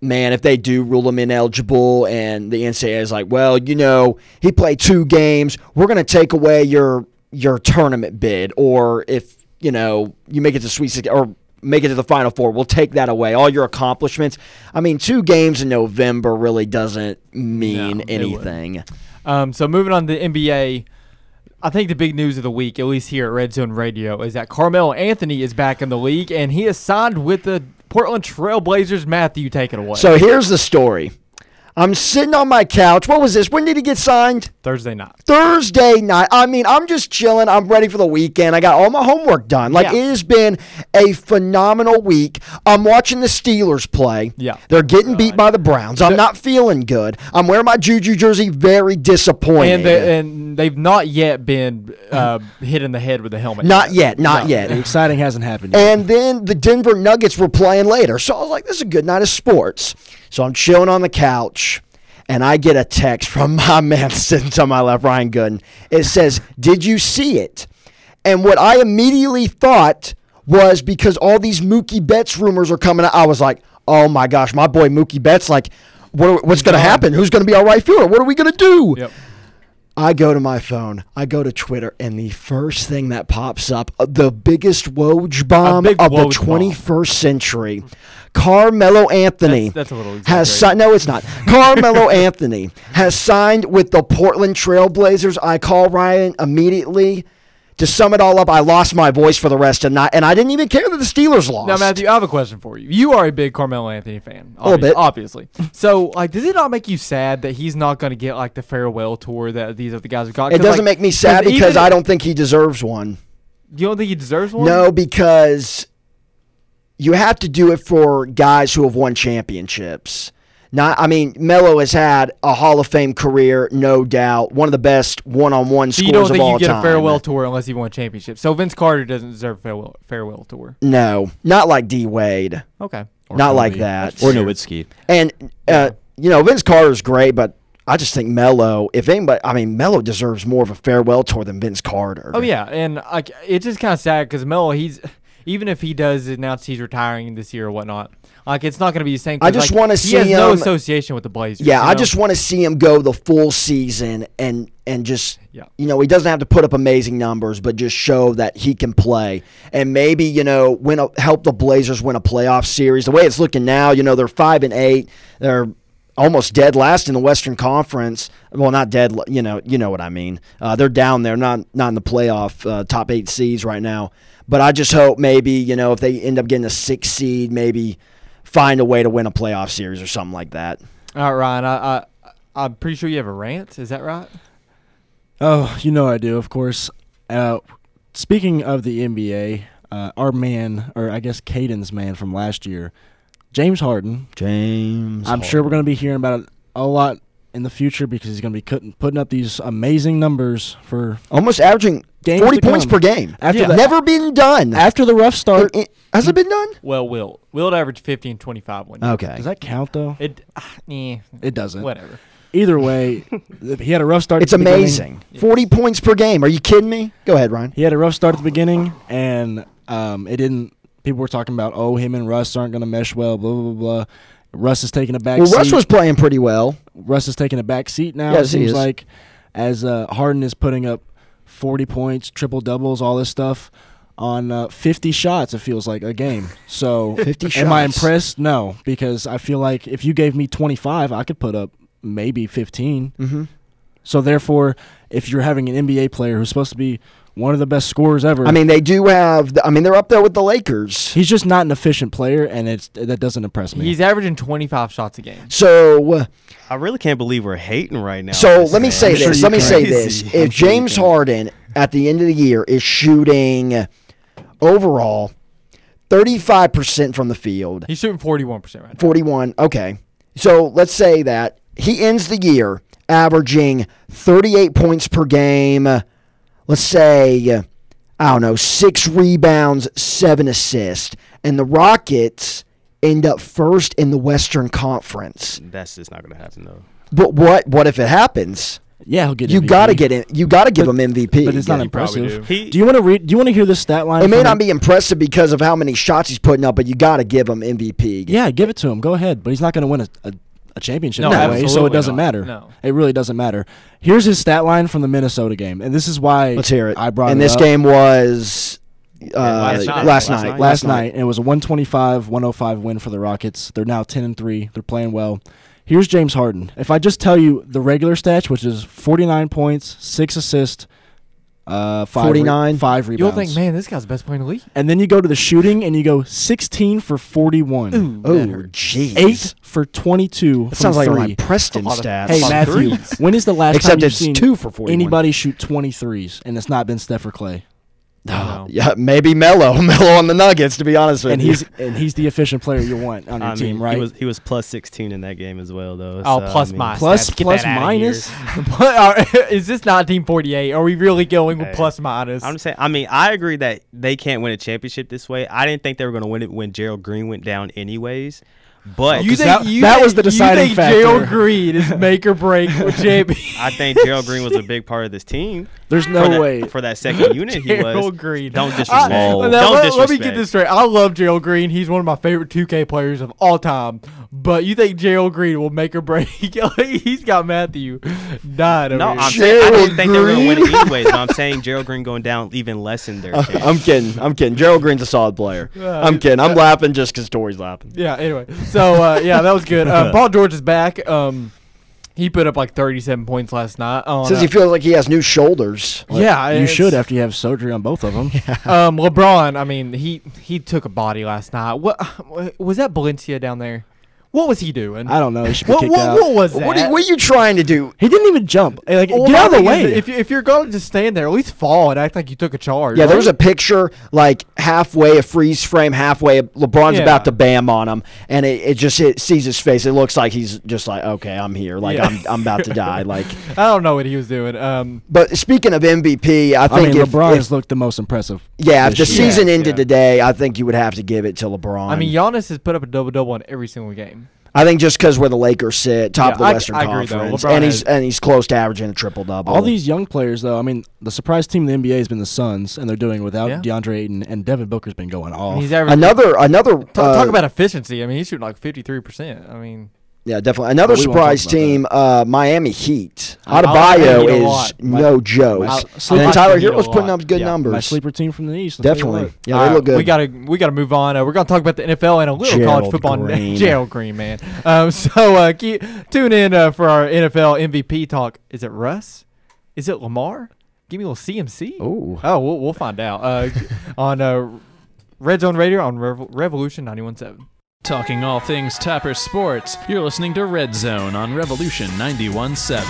C: man, if they do rule him ineligible and the NCAA is like, well, you know, he played two games, we're gonna take away your your tournament bid, or if you know you make it to Sweet Six or make it to the Final Four, we'll take that away, all your accomplishments. I mean, two games in November really doesn't mean
B: No, it
C: anything.
B: Um, so moving on to the NBA, I think the big news of the week, at least here at Red Zone Radio, is that Carmelo Anthony is back in the league and he is signed with the Portland Trailblazers. Matthew, take it away.
C: So here's the story. I'm sitting on my couch. What was this? When did he get signed?
B: Thursday night.
C: Thursday night. I mean, I'm just chilling. I'm ready for the weekend. I got all my homework done. Like
B: Yeah.
C: it has been a phenomenal week. I'm watching the Steelers play.
B: Yeah.
C: They're getting beat by the Browns. I'm not feeling good. I'm wearing my Juju jersey. Very disappointed.
B: And, uh, they, and they've not yet been
C: <laughs>
B: uh, hit in the head with a helmet.
C: not yet. Not
B: <laughs>
E: The
C: yet.
E: exciting hasn't happened yet.
C: And then the Denver Nuggets were playing later. So I was like, this is a good night of sports. So I'm chilling on the couch and I get a text from <laughs> my man sitting to my left, Ryan Gooden. It says, Did you see it? And what I immediately thought was because all these Mookie Betts rumors are coming out, I was like, oh my gosh, my boy Mookie Betts, like, what, are- what's going to happen? Who's going to be our right fielder? What are we going to do?
B: Yep.
C: I go to my phone, I go to Twitter, and the first thing that pops up, uh, the biggest Woj bomb
B: big
C: of the
B: Woj bomb.
C: 21st century, Carmelo Anthony
B: That's- that's a little
C: has signed. No,
B: <laughs>
C: it's not. Carmelo Anthony has signed with the Portland Trailblazers. I call Ryan immediately. To sum it all up, I lost my voice for the rest of the night, and I didn't even care that the Steelers lost.
B: Now, Matthew, I have a question for you. You are a big Carmelo Anthony fan. A
C: little bit.
B: Obviously. So, like, does it not make you sad that he's not going to get, like, the farewell tour that these other guys have got?
C: it
B: 'Cause,
C: doesn't
B: like,
C: make me sad
B: 'cause even
C: because
B: if-
C: I don't think he deserves one.
B: You don't think he deserves one?
C: No, because you have to do it for guys who have won championships. Not, I mean, Melo has had a Hall of Fame career, no doubt. One of the best one-on-one
B: So
C: scores
B: you don't
C: of
B: think
C: all
B: you get
C: time.
B: a farewell tour unless you won a championship. So Vince Carter doesn't deserve a farewell farewell tour.
C: No, not like D Wade,
B: Okay.
E: Or
C: not
E: Kobe.
C: like that.
D: or Nowitzki.
C: And uh, you know, Vince Carter's great, but I just think Melo. If anybody, I mean, Melo deserves more of a farewell tour than Vince Carter.
B: Oh yeah, and like it's just kind of sad because Melo, he's even if he does announce he's retiring this year or whatnot, like it's not going to be the same. 'cause,
C: I just
B: like,
C: wanna
B: He has
C: see
B: no
C: him-
B: association with the Blazers.
C: Yeah,
B: you
C: I
B: know?
C: just want to see him go the full season and and just
B: Yeah.
C: you know, he doesn't have to put up amazing numbers, but just show that he can play and maybe, you know, win a, help the Blazers win a playoff series. The way it's looking now, you know, they're 5 and 8. They're almost dead last in the Western Conference. Well, not dead, la- you know, you know what I mean. Uh, they're down there, not not in the playoff uh, top 8 seeds right now. But I just hope maybe, you know, if they end up getting a 6 seed, maybe find a way to win a playoff series or something like that.
B: All right, Ryan. I, I I'm pretty sure you have a rant. Is that right?
E: Oh, you know I do, of course. Uh, speaking of the NBA, uh, our man, or I guess Caden's man from last year, James Harden.
C: James.
E: I'm sure we're going to be hearing about it a lot in the future because he's going to be cutting, putting up these amazing numbers for
C: almost averaging
E: Games
C: 40
E: to
C: points
E: come.
C: per game.
E: after
B: Yeah.
E: the
C: Never been done.
E: after the rough
C: Or-
E: start.
C: i- has it been done?
B: Well, Will. Will averaged 50 and 25 one year.
C: Okay.
E: Does that count though?
B: It, ah, eh,
E: It
B: <laughs>
E: doesn't.
B: whatever.
E: Either way, he had a rough start. at
C: It's
E: the beginning.
C: amazing. 40 points per game. Are you kidding me? Go ahead, Ryan.
E: He had a rough start at the beginning, and um, it didn't. People were talking about, oh, him and Russ aren't going to mesh well. Blah blah blah. blah. Russ is taking a back.
C: Well,
E: seat.
C: Russ was playing pretty well.
E: Russ is taking a back seat now.
C: Yes,
E: it
C: he
E: seems
C: is.
E: like as uh, Harden is putting up 40 points, triple doubles, all this stuff on uh, 50 shots. It feels like a game.
C: <laughs>
E: So
C: 50
E: am I
C: shots.
E: impressed? No, because I feel like if you gave me 25, I could put up maybe 15.
C: Mm-hmm.
E: So therefore, if you're having an NBA player who's supposed to be one of the best scorers ever,
C: I mean, they do have. The, I mean, they're up there with the Lakers.
E: he's just not an efficient player, and it's that doesn't impress me.
B: He's averaging 25 shots a game.
C: So, uh,
F: I really can't believe we're hating right now.
C: so let me
F: Man,
C: say
E: I'm sure
C: this.
E: you
C: let me
E: can.
C: say this.
F: Crazy.
C: If
E: sure you
C: James
E: can.
C: Harden at the end of the year is shooting overall 35% from the field,
B: He's shooting 41% right now.
C: 41. Okay. So let's say that he ends the year averaging 38 points per game. Let's say, I don't know, six rebounds, seven assists. And the Rockets end up first in the Western Conference.
F: <laughs> that's just not gonna happen though.
C: But what what if it happens?
E: yeah, he'll get.
C: You
E: MVP,
C: got to get in, you got to give
E: But-
C: him MVP.
E: but it's not
C: Yeah.
B: probably
E: impressive.
F: He,
E: Do you want to read? Do you want to hear this stat line?
C: it may
E: from-
C: not be impressive because of how many shots he's putting up, but you got to give him MVP.
E: Yeah, give it to him. Go ahead. But he's not going to win a, a, a championship
B: No,
E: that way, so
B: absolutely
E: it doesn't
B: not.
E: matter.
B: No.
E: It really doesn't matter. Here's his stat line from the Minnesota game, and this is why
C: Let's hear it.
E: I brought
C: and
E: it
C: this
E: up.
C: game was uh, last,
F: last
C: night. last
F: night. Last
C: night.
F: night.
E: last night, and it was a 125-105 win for the Rockets. They're now 10 and 3. They're playing well. Here's James Harden. If I just tell you the regular stats, which is 49 points, 6 assists, uh, five re-
C: 49.
E: 5 rebounds.
B: You'll think, man, this guy's the best player in the league.
E: And then you go to the shooting and you go 16 for 41.
C: Oh, jeez.
E: Eight for 22.
C: That
E: from
C: sounds like
E: three.
C: my Preston
B: A lot of-
C: stats.
E: Hey
B: Some
E: Matthew,
B: threes.
E: when is the last time
C: except
E: you've
C: it's
E: seen
C: two for forty.
E: anybody shoot 23s and it's not been Steph or Clay?
F: Wow.
C: Yeah, maybe Mello. <laughs> Mello on the Nuggets, to be honest with
E: And
C: you. <laughs>
E: he's and he's the efficient player you want on your
F: I
E: team,
F: mean,
E: right?
F: He was he was plus 16 in that game as well though.
B: Oh,
F: so,
B: plus
F: I mean,
B: minus.
E: plus
B: Stats, get
E: plus
B: that outta here. <laughs>
E: minus.
B: But are, <laughs> is this 1948? Are we really going with
F: Hey.
B: plus minus?
F: I'm just saying. I mean, I agree that they can't win a championship this way. I didn't think they were going to win it when Gerald Green went down, anyways. But
B: you think
E: that-
B: you
E: that
B: think-
E: was the deciding
B: you think Gerald <laughs>
E: factor.
B: Green is make or break <laughs> with JB?
F: I think Gerald Green was a big part of this team.
E: There's
F: for
E: no
F: that,
E: way.
F: for
B: <laughs>
F: that second unit. he was.
B: Gerald Green. <laughs>
F: Don't
B: I-
F: disrespect.
B: now,
F: Don't
B: let,
F: disrespect.
B: let me get this straight. I love Gerald Green. He's one of my favorite 2K players of all time. But you think Gerald Green will make or break? <laughs> He's got Matthew died over
F: No,
B: here.
F: I'm saying I
C: Gerald
F: didn't think they were going to win
C: Green? Uh,
F: it anyways. but I'm saying Gerald Green going down even less in their case.
C: I'm kidding. I'm kidding. Gerald Green's a solid player. I'm kidding. I'm laughing just because Tori's laughing.
B: Yeah. Anyway, so uh, yeah, that was good.
E: <laughs>
B: Uh, Paul George is back. Um, he put up like 37 points last night. On,
C: Says
B: uh,
C: he feels like he has new shoulders.
B: yeah,
E: you
B: it's-
E: should after you have surgery on both of them.
B: Um, LeBron. I mean, he he took a body last night. What <sighs> was that? Valencia down there. What was he doing?
E: I don't know. He should be
B: what,
E: kicked
B: what,
E: out.
B: what was that?
C: What are, what are you trying to do?
E: He didn't even jump. Eh, Like,
B: Well,
E: get
B: my
E: out of the
B: thing is
E: way.
B: that If, you, if you're going to just stand there, at least fall and act like you took a charge.
C: Yeah, there was a picture like halfway a freeze frame, halfway LeBron's
B: Yeah.
C: about to bam on him, and it, it just it sees his face. It looks like he's just like, okay, I'm here, like
B: Yeah.
C: I'm I'm about to die, like.
B: I don't know what he was doing. Um,
C: But speaking of MVP, I
E: I
C: think
E: mean,
C: if,
E: LeBron
C: if-
E: has looked the most impressive.
C: yeah, if the
E: this year.
C: season
B: Yeah,
C: ended
B: yeah.
C: today, I think you would have to give it to LeBron.
B: I mean, Giannis has put up a double double in every single game.
C: I think just because where the Lakers sit, top
B: Yeah,
C: of the
B: I-
C: Western
B: I agree, though.
C: Conference,
B: LeBron
C: and he's
B: has-
C: and he's close to averaging a triple double.
E: All these young players, though, I mean, the surprise team in the NBA has been the Suns, and they're doing it without
B: Yeah.
E: DeAndre Ayton, and Devin Booker's been going
B: I
E: off.
B: mean, he's averaging.
C: another another
B: talk, talk
C: uh,
B: about efficiency. I mean, he's shooting like 53. percent I mean,
C: yeah, definitely another
E: Well, we won't talk
C: surprise
E: about
C: team, uh, Miami Heat.
B: I like
C: Adebayo
B: Miami a
C: is
B: lot.
C: no joke,
E: my-
C: and
E: I
C: then
E: like
C: Tyler
B: Heat
C: Hero
B: a
C: was putting
B: lot.
C: up good
B: Yeah, my
E: My
C: numbers.
E: sleeper team from the East. I'll tell you
C: Definitely,
E: what.
C: yeah, they look good.
B: We gotta we gotta move on. Uh, we're gonna talk about the NFL and a little
C: Gerald
B: college football. <laughs>
C: Green.
B: Gerald Green, man. Um, <laughs> so uh, keep, tune in uh, for our NFL MVP talk. Is it Russ? Is it Lamar? Give me a little CMC.
C: Ooh.
B: Oh, we'll, we'll find out uh, <laughs> on uh, Red Zone Radio on Rev- Revolution 91.7.
A: Talking all things Topper Sports, you're listening to Red Zone on Revolution 91.7.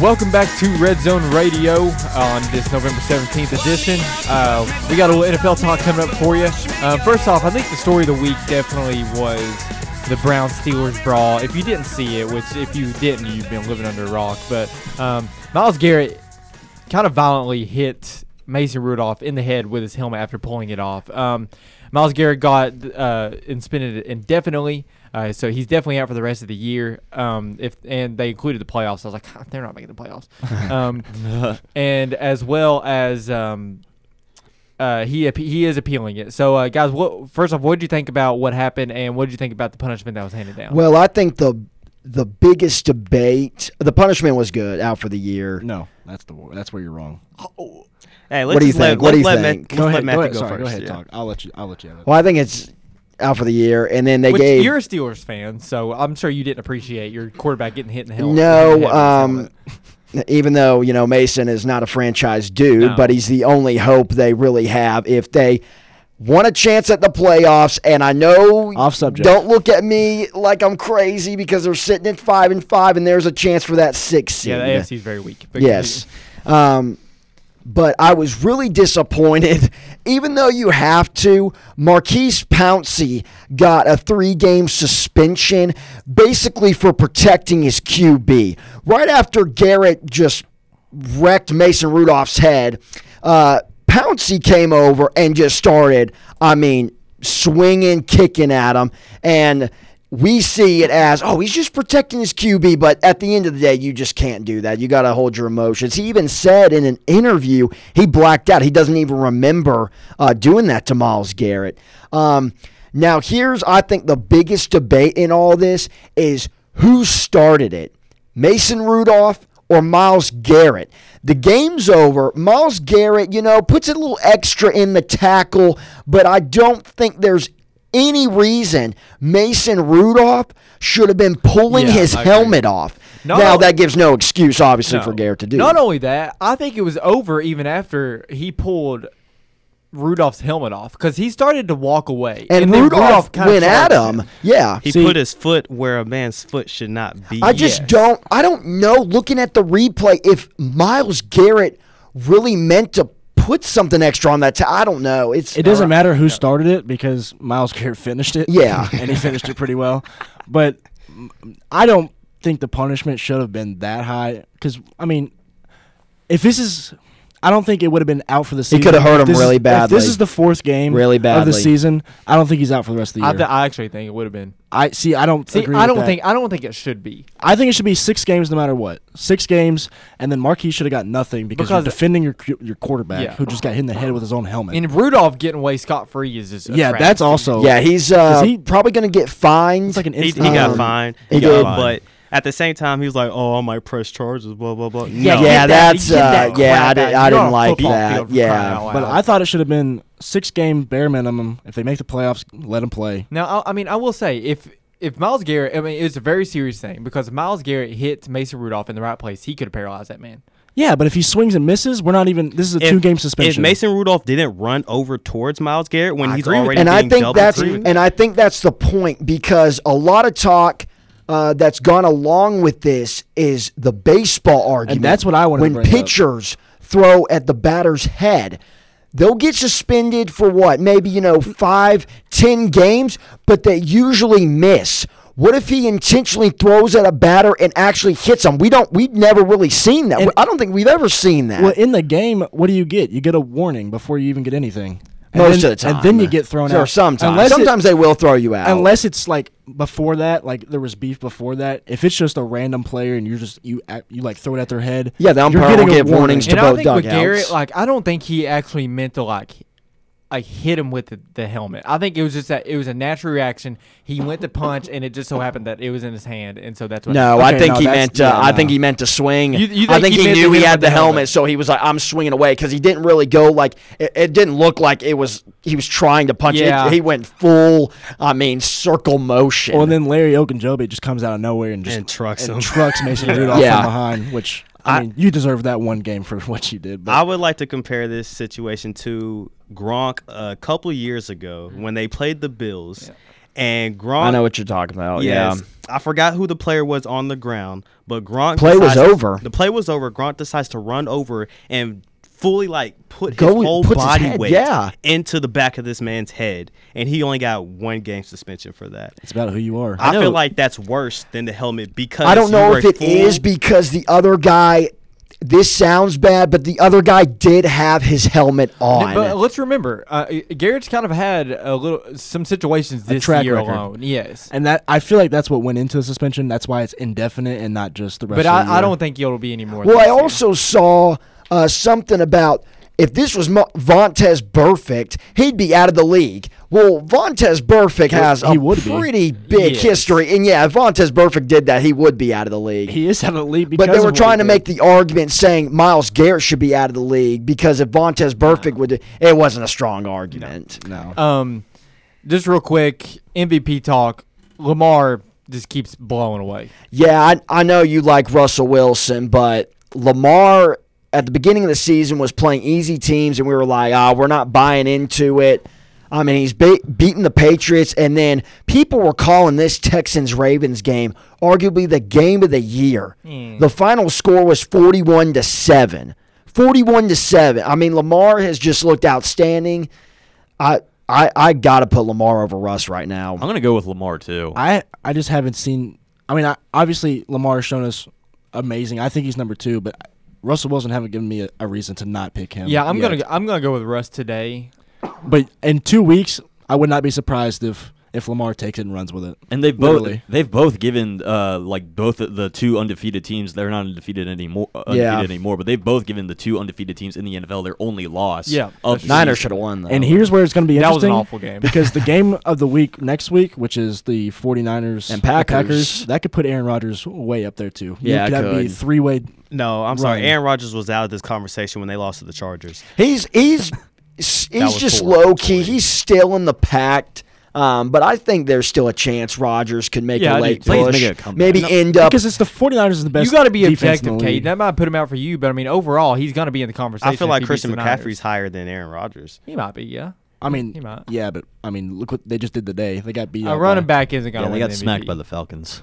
B: Welcome back to Red Zone Radio on this November 17th edition. Uh, we got a little NFL talk coming up for you. Uh, first off, I think the story of the week definitely was the Brown Steelers brawl. If you didn't see it, which if you didn't, you've been living under a rock. But um, Miles Garrett kind of violently hit Mason Rudolph in the head with his helmet after pulling it off. Um, Miles Garrett got uh, suspended indefinitely, uh, so he's definitely out for the rest of the year. Um, if and they included the playoffs, I was like, "God, they're not making the playoffs. um, and as well as um, uh, he appe- he is appealing it. So, uh, guys, what first off, what did you think about what happened, and what did you think about the punishment that was handed down?
C: Well, I think the the biggest debate, the punishment was good, out for the year.
E: No, that's the war. That's where you're wrong.
F: Hey, let's
C: What do you
F: just let,
C: think? What do
F: let's
C: you
F: let
C: think?
F: Matt- let's let Matthew go
E: sorry,
F: first.
E: Go ahead,
F: yeah.
E: talk. I'll let you. I'll let you. Have it.
C: Well, I think it's out for the year, and then they
B: Which
C: gave
B: you're a Steelers fan, so I'm sure you didn't appreciate your quarterback getting hit in the helmet. in the
C: no.
B: head with his
C: Um,
B: helmet.
C: <laughs> even though you know Mason is not a franchise dude,
B: No.
C: but he's the only hope they really have if they want a chance at the playoffs. And I know
E: Off subject.
C: Don't look at me like I'm crazy because they're sitting at five and five, and there's a chance for that six seed.
B: yeah, the AFC is very weak. But
C: Yes. Um, but I was really disappointed, <laughs> even though you have to. Marquise Pouncey got a three game suspension basically for protecting his QB. Right after Garrett just wrecked Mason Rudolph's head, uh, Pouncey came over and just started, I mean, swinging, kicking at him. And we see it as, oh, he's just protecting his QB, but at the end of the day, you just can't do that. You got to hold your emotions. He even said in an interview he blacked out. He doesn't even remember uh, doing that to Miles Garrett. Um, now, here's, I think, the biggest debate in all this is who started it, Mason Rudolph or Miles Garrett. The game's over. Miles Garrett, you know, puts a little extra in the tackle, but I don't think there's any reason Mason Rudolph should have been pulling
B: Yeah,
C: his
B: I agree.
C: helmet off.
B: No,
C: now
B: no.
C: that gives no excuse, obviously,
B: No.
C: for Garrett to do.
B: Not
C: it.
B: only that, I think it was over even after he pulled Rudolph's helmet off because he started to walk away,
C: and,
B: then
C: Rudolph,
B: kinda
C: went at
B: charged
C: him. Yeah,
F: He
E: See-
F: put his foot where a man's foot should not be.
C: I just
B: Yes.
C: don't. I don't know. Looking at the replay, if Miles Garrett really meant to put something extra on that, ta- I don't know. It's
E: It doesn't matter who started it because Miles Garrett finished it.
C: Yeah.
E: <laughs> and he finished it pretty well. But mm, I don't think the punishment should have been that high because I mean, if this is, I don't think it would have been out for the season.
C: could have hurt him
E: If this is-
C: really
E: if
C: badly.
E: this is the fourth game
C: Really
E: of the
C: badly.
E: season. I don't think he's out for the rest of the
B: I,
E: year. I,
B: th- I actually think it would have been.
E: see. I don't
B: See,
E: agree
B: I
E: with
B: don't
E: that.
B: think I don't think it should be
E: I think it should be six games no matter what. Six games, and then Marquis should have got nothing because,
B: Because-
E: you're defending your cu- your quarterback
B: Yeah.
E: who just got hit in the head with his own helmet.
B: And Rudolph getting away scot free is just a
E: yeah,
B: travesty.
E: that's also
C: Yeah, he's uh,
E: Oh. Is he-
C: probably going to get fined.
E: It's like an
F: He, he
E: instant.
F: got
C: Um,
F: fined.
C: he
F: He got
C: did.
F: fined. But at the same time, he was like, "Oh, I might press charges." Blah blah blah.
B: Yeah, get
F: No.
B: that-
C: Yeah, that's,
B: get that
C: uh, yeah, I
B: crap
C: did-
B: out.
C: I
B: You're
C: didn't
B: on a
C: like
B: football
C: that.
B: field for
C: Yeah.
B: crying out
E: But
B: loud.
E: I thought it should have been six game bare minimum. If they make the playoffs, let them play.
B: Now, I, I mean, I will say if if Miles Garrett, I mean, it's a very serious thing because if Miles Garrett hit Mason Rudolph in the right place, he could have paralyzed that man.
E: Yeah, but if he swings and misses, we're not even. This is a
F: If-
E: two game suspension.
F: If Mason Rudolph didn't run over towards Miles Garrett when
B: I
F: he's
B: agree with
F: already
C: and I
F: being
C: think
F: double
C: that's
F: teamed,
C: and I think that's the point because a lot of talk uh, that's gone along with this is the baseball argument.
E: that's what I wanted to
C: When
E: bring up.
C: pitchers throw at the batter's head, they'll get suspended for what? Maybe you know five, ten games, but they usually miss. What if he intentionally throws at a batter and actually hits him? We don't. We've never really seen that.
E: And-
C: I don't think we've ever seen that.
E: well, in the game, what do you get? You get a warning before you even get anything. And
C: most
E: then-
C: of the time,
E: and then you get thrown
C: Or
E: out.
C: Sometimes,
E: Unless it-
C: sometimes they will throw you out.
E: unless it's like before that, like there was beef before that. If it's just a random player and you're just you act- you like throw it at their head,
C: Yeah, the umpire
E: you're getting
C: will
E: a
C: give
E: warning.
C: warnings to
B: and I
C: both
B: think with
C: dugouts.
B: Garrett, like I don't think he actually meant to like h- like hit him with the, the helmet. I think it was just that it was a natural reaction. He went to punch, and it just so happened that it was in his hand, and so that's what.
C: No, I
E: Okay,
C: think
E: no,
C: he
E: that's-
C: meant. Uh,
E: yeah,
C: I
E: no.
C: think he meant to swing.
B: You- you
C: I
B: think
C: think
B: he
C: he,
B: meant to
C: knew he
B: hit him
C: had
B: with
C: the
B: the
C: helmet,
B: helmet.
C: so he was like, "I'm swinging away" because he didn't really go like it, it didn't look like it was. He was trying to punch. It-
B: Yeah.
C: he went full. I mean, circle motion.
E: Well, and then Larry Okunjobi just comes out of nowhere and just
F: And trucks
E: and
F: him.
E: trucks
F: <laughs>
E: Mason Rudolph
C: Yeah.
E: from behind, which I, mean, you deserve that one game for what you did. But
F: I would like to compare this
B: Mm-hmm.
F: situation to Gronk a couple years ago when they played the Bills. and Gronk.
C: I know what you're talking about.
F: Yes.
C: Yeah.
F: I forgot who the player was on the ground, but Gronk
C: Play was
F: decides-
C: over.
F: The play was over. Gronk decides to run over and fully like put his
C: Go-
F: whole
C: puts his
F: body
C: head,
F: weight
C: yeah.
F: into the back of this man's head, and he only got one game suspension for that.
E: It's about who you are.
F: I,
D: know.
F: feel like that's worse than the helmet because
C: I don't know
F: you
C: if
F: were
C: it
F: full-
C: is because the other guy. This sounds bad, but the other guy did have his helmet on.
B: But let's remember, uh, Garrett's kind of had a little some situations this
E: track
B: year
E: record.
B: alone. Yes,
E: and that I feel like that's what went into the suspension. That's why it's indefinite and not just the rest.
B: but
E: of the
B: I, I
E: year.
B: don't think it'll be any more.
C: Well,
B: this
C: I
B: year.
C: also saw uh, something about if this was Mo- Vontez Burfict, he'd be out of the league. Well, Vontez Burfict has
E: he
C: a
E: would be.
C: pretty big
B: Yes.
C: history, and yeah, if Vontez Burfict did that, he would be out of the league.
E: He is out of the league because
C: but they
E: of
C: were
E: what he
C: trying to
E: did.
C: make the argument saying Miles Garrett should be out of the league because if Vontez Burfict would, do, it wasn't a strong argument.
E: no.
B: um, just real quick MVP talk. Lamar just keeps blowing
C: Um,
B: away.
C: Yeah, I, I know you like Russell Wilson, but Lamar at the beginning of the season was playing easy teams, and we were like, ah, we're not buying into it. I mean, he's be- beating the Patriots, and then people were calling this Texans Ravens game arguably the game of the year. The final score was 41 to 7. 41 to 7. I mean, Lamar has just looked outstanding. I I I got to put Lamar over Russ right now.
D: I'm gonna go with Lamar too.
E: I I just haven't seen. I mean, I, obviously Lamar's shown us amazing. I think he's number two, but Russell Wilson haven't given me a, a reason to not pick him.
B: Yeah, I'm
E: yet.
B: gonna go- I'm gonna go with Russ today.
E: But in two weeks, I would not be surprised if if Lamar takes it and runs with it.
D: and they've both
E: Literally.
D: they've both given uh like both of the two undefeated teams. They're not undefeated anymore. uh, Undefeated
C: Yeah.
D: anymore. But they've both given the two undefeated teams in the NFL their only loss.
B: Yeah,
D: of
B: that's
D: the
C: Niners
D: season.
C: should have won though.
E: And here's where it's going to be
B: Oh. That was an
E: interesting.
B: awful game.
E: because
B: <laughs>
E: the game of the week next week, which is the 49ers
C: And
E: the
C: Packers.
E: that could put Aaron Rodgers way up there too.
C: Yeah, it
E: that could be
C: could.
E: three way.
F: No, I'm sorry.
E: Right.
F: Aaron Rodgers was out of this conversation when they lost to the Chargers.
C: He's he's s- he's
F: was
C: just
F: poor.
C: low key. He's still in the pact. Um, but I think there's still a chance Rodgers can make
B: Yeah, I
C: a
B: do
C: late
D: too. Please
C: push.
D: make a comeback.
C: Maybe
D: No,
C: end up.
E: Because it's the 49ers is the best.
B: you got to be
E: defense in
B: objective,
E: the
B: Caden.
E: league.
B: That might put him out for you, but I mean, overall, he's going to be in the conversation.
F: I feel
B: if
F: like
B: he beats
F: Christian
B: the Niners.
F: McCaffrey's higher than Aaron Rodgers.
B: He might be, yeah.
E: I mean,
B: He might.
E: yeah, but I mean, look what they just did today. They got beat.
B: A
E: out
B: running
E: by-
B: back isn't going
D: Yeah,
B: to
D: they
B: win
D: got
B: the
D: smacked by
B: MVP.
D: the Falcons.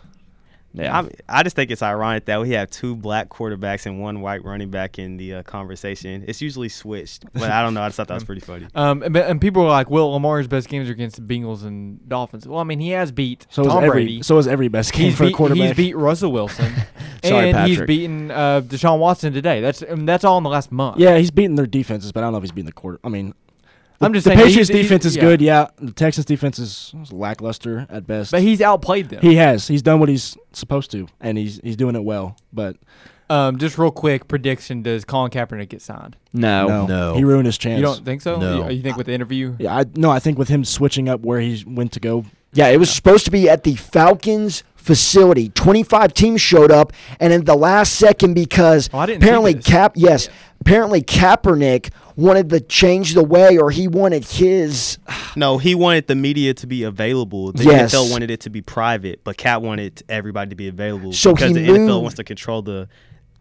C: Yeah.
F: I'm, I just think it's ironic that we have two black quarterbacks and one white running back in the uh, conversation. It's usually switched, but I don't know. I just thought that was
C: <laughs>
F: pretty funny.
B: Um, and, and people were like, "Well, Lamar's best games are against the Bengals and Dolphins." Well, I mean, he has beat
E: So is
B: Tom
E: every
B: Brady.
E: so is every best game
B: he's
E: for
B: beat,
E: a quarterback.
B: he's beat Russell Wilson,
C: Sorry,
B: and he's
C: Patrick.
B: beaten uh, Deshaun Watson today. That's I mean, that's all in the last month.
E: yeah, he's beating their defenses, but I don't know if he's beating the quarter. I mean,
B: I'm just
E: the
B: saying,
E: Patriots
B: he's- he's-
E: defense is
B: yeah.
E: good. Yeah, the Texans defense is lackluster at best.
B: but he's outplayed them.
E: he has he's done what he's supposed to, and he's he's doing it well. But
B: um, just real quick prediction: Does Colin Kaepernick get signed?
C: Oh, no.
E: no,
D: no.
E: he ruined his chance.
B: You don't think so?
D: No.
B: You, you think with the interview?
E: yeah, I no, I think with him switching up where he went to go,
C: Yeah, it was supposed to be at the Falcons facility. 25 teams showed up, and in the last second, because
B: Oh, I didn't see
C: apparently
B: this.
C: Cap, yes, apparently Kaepernick wanted to change the way, or he wanted his.
F: No, he wanted the media to be available. The
C: Yes.
F: NFL wanted it to be private, but Cat wanted everybody to be available
C: So
F: because
C: he
F: the NFL
C: moved-
F: wants to control the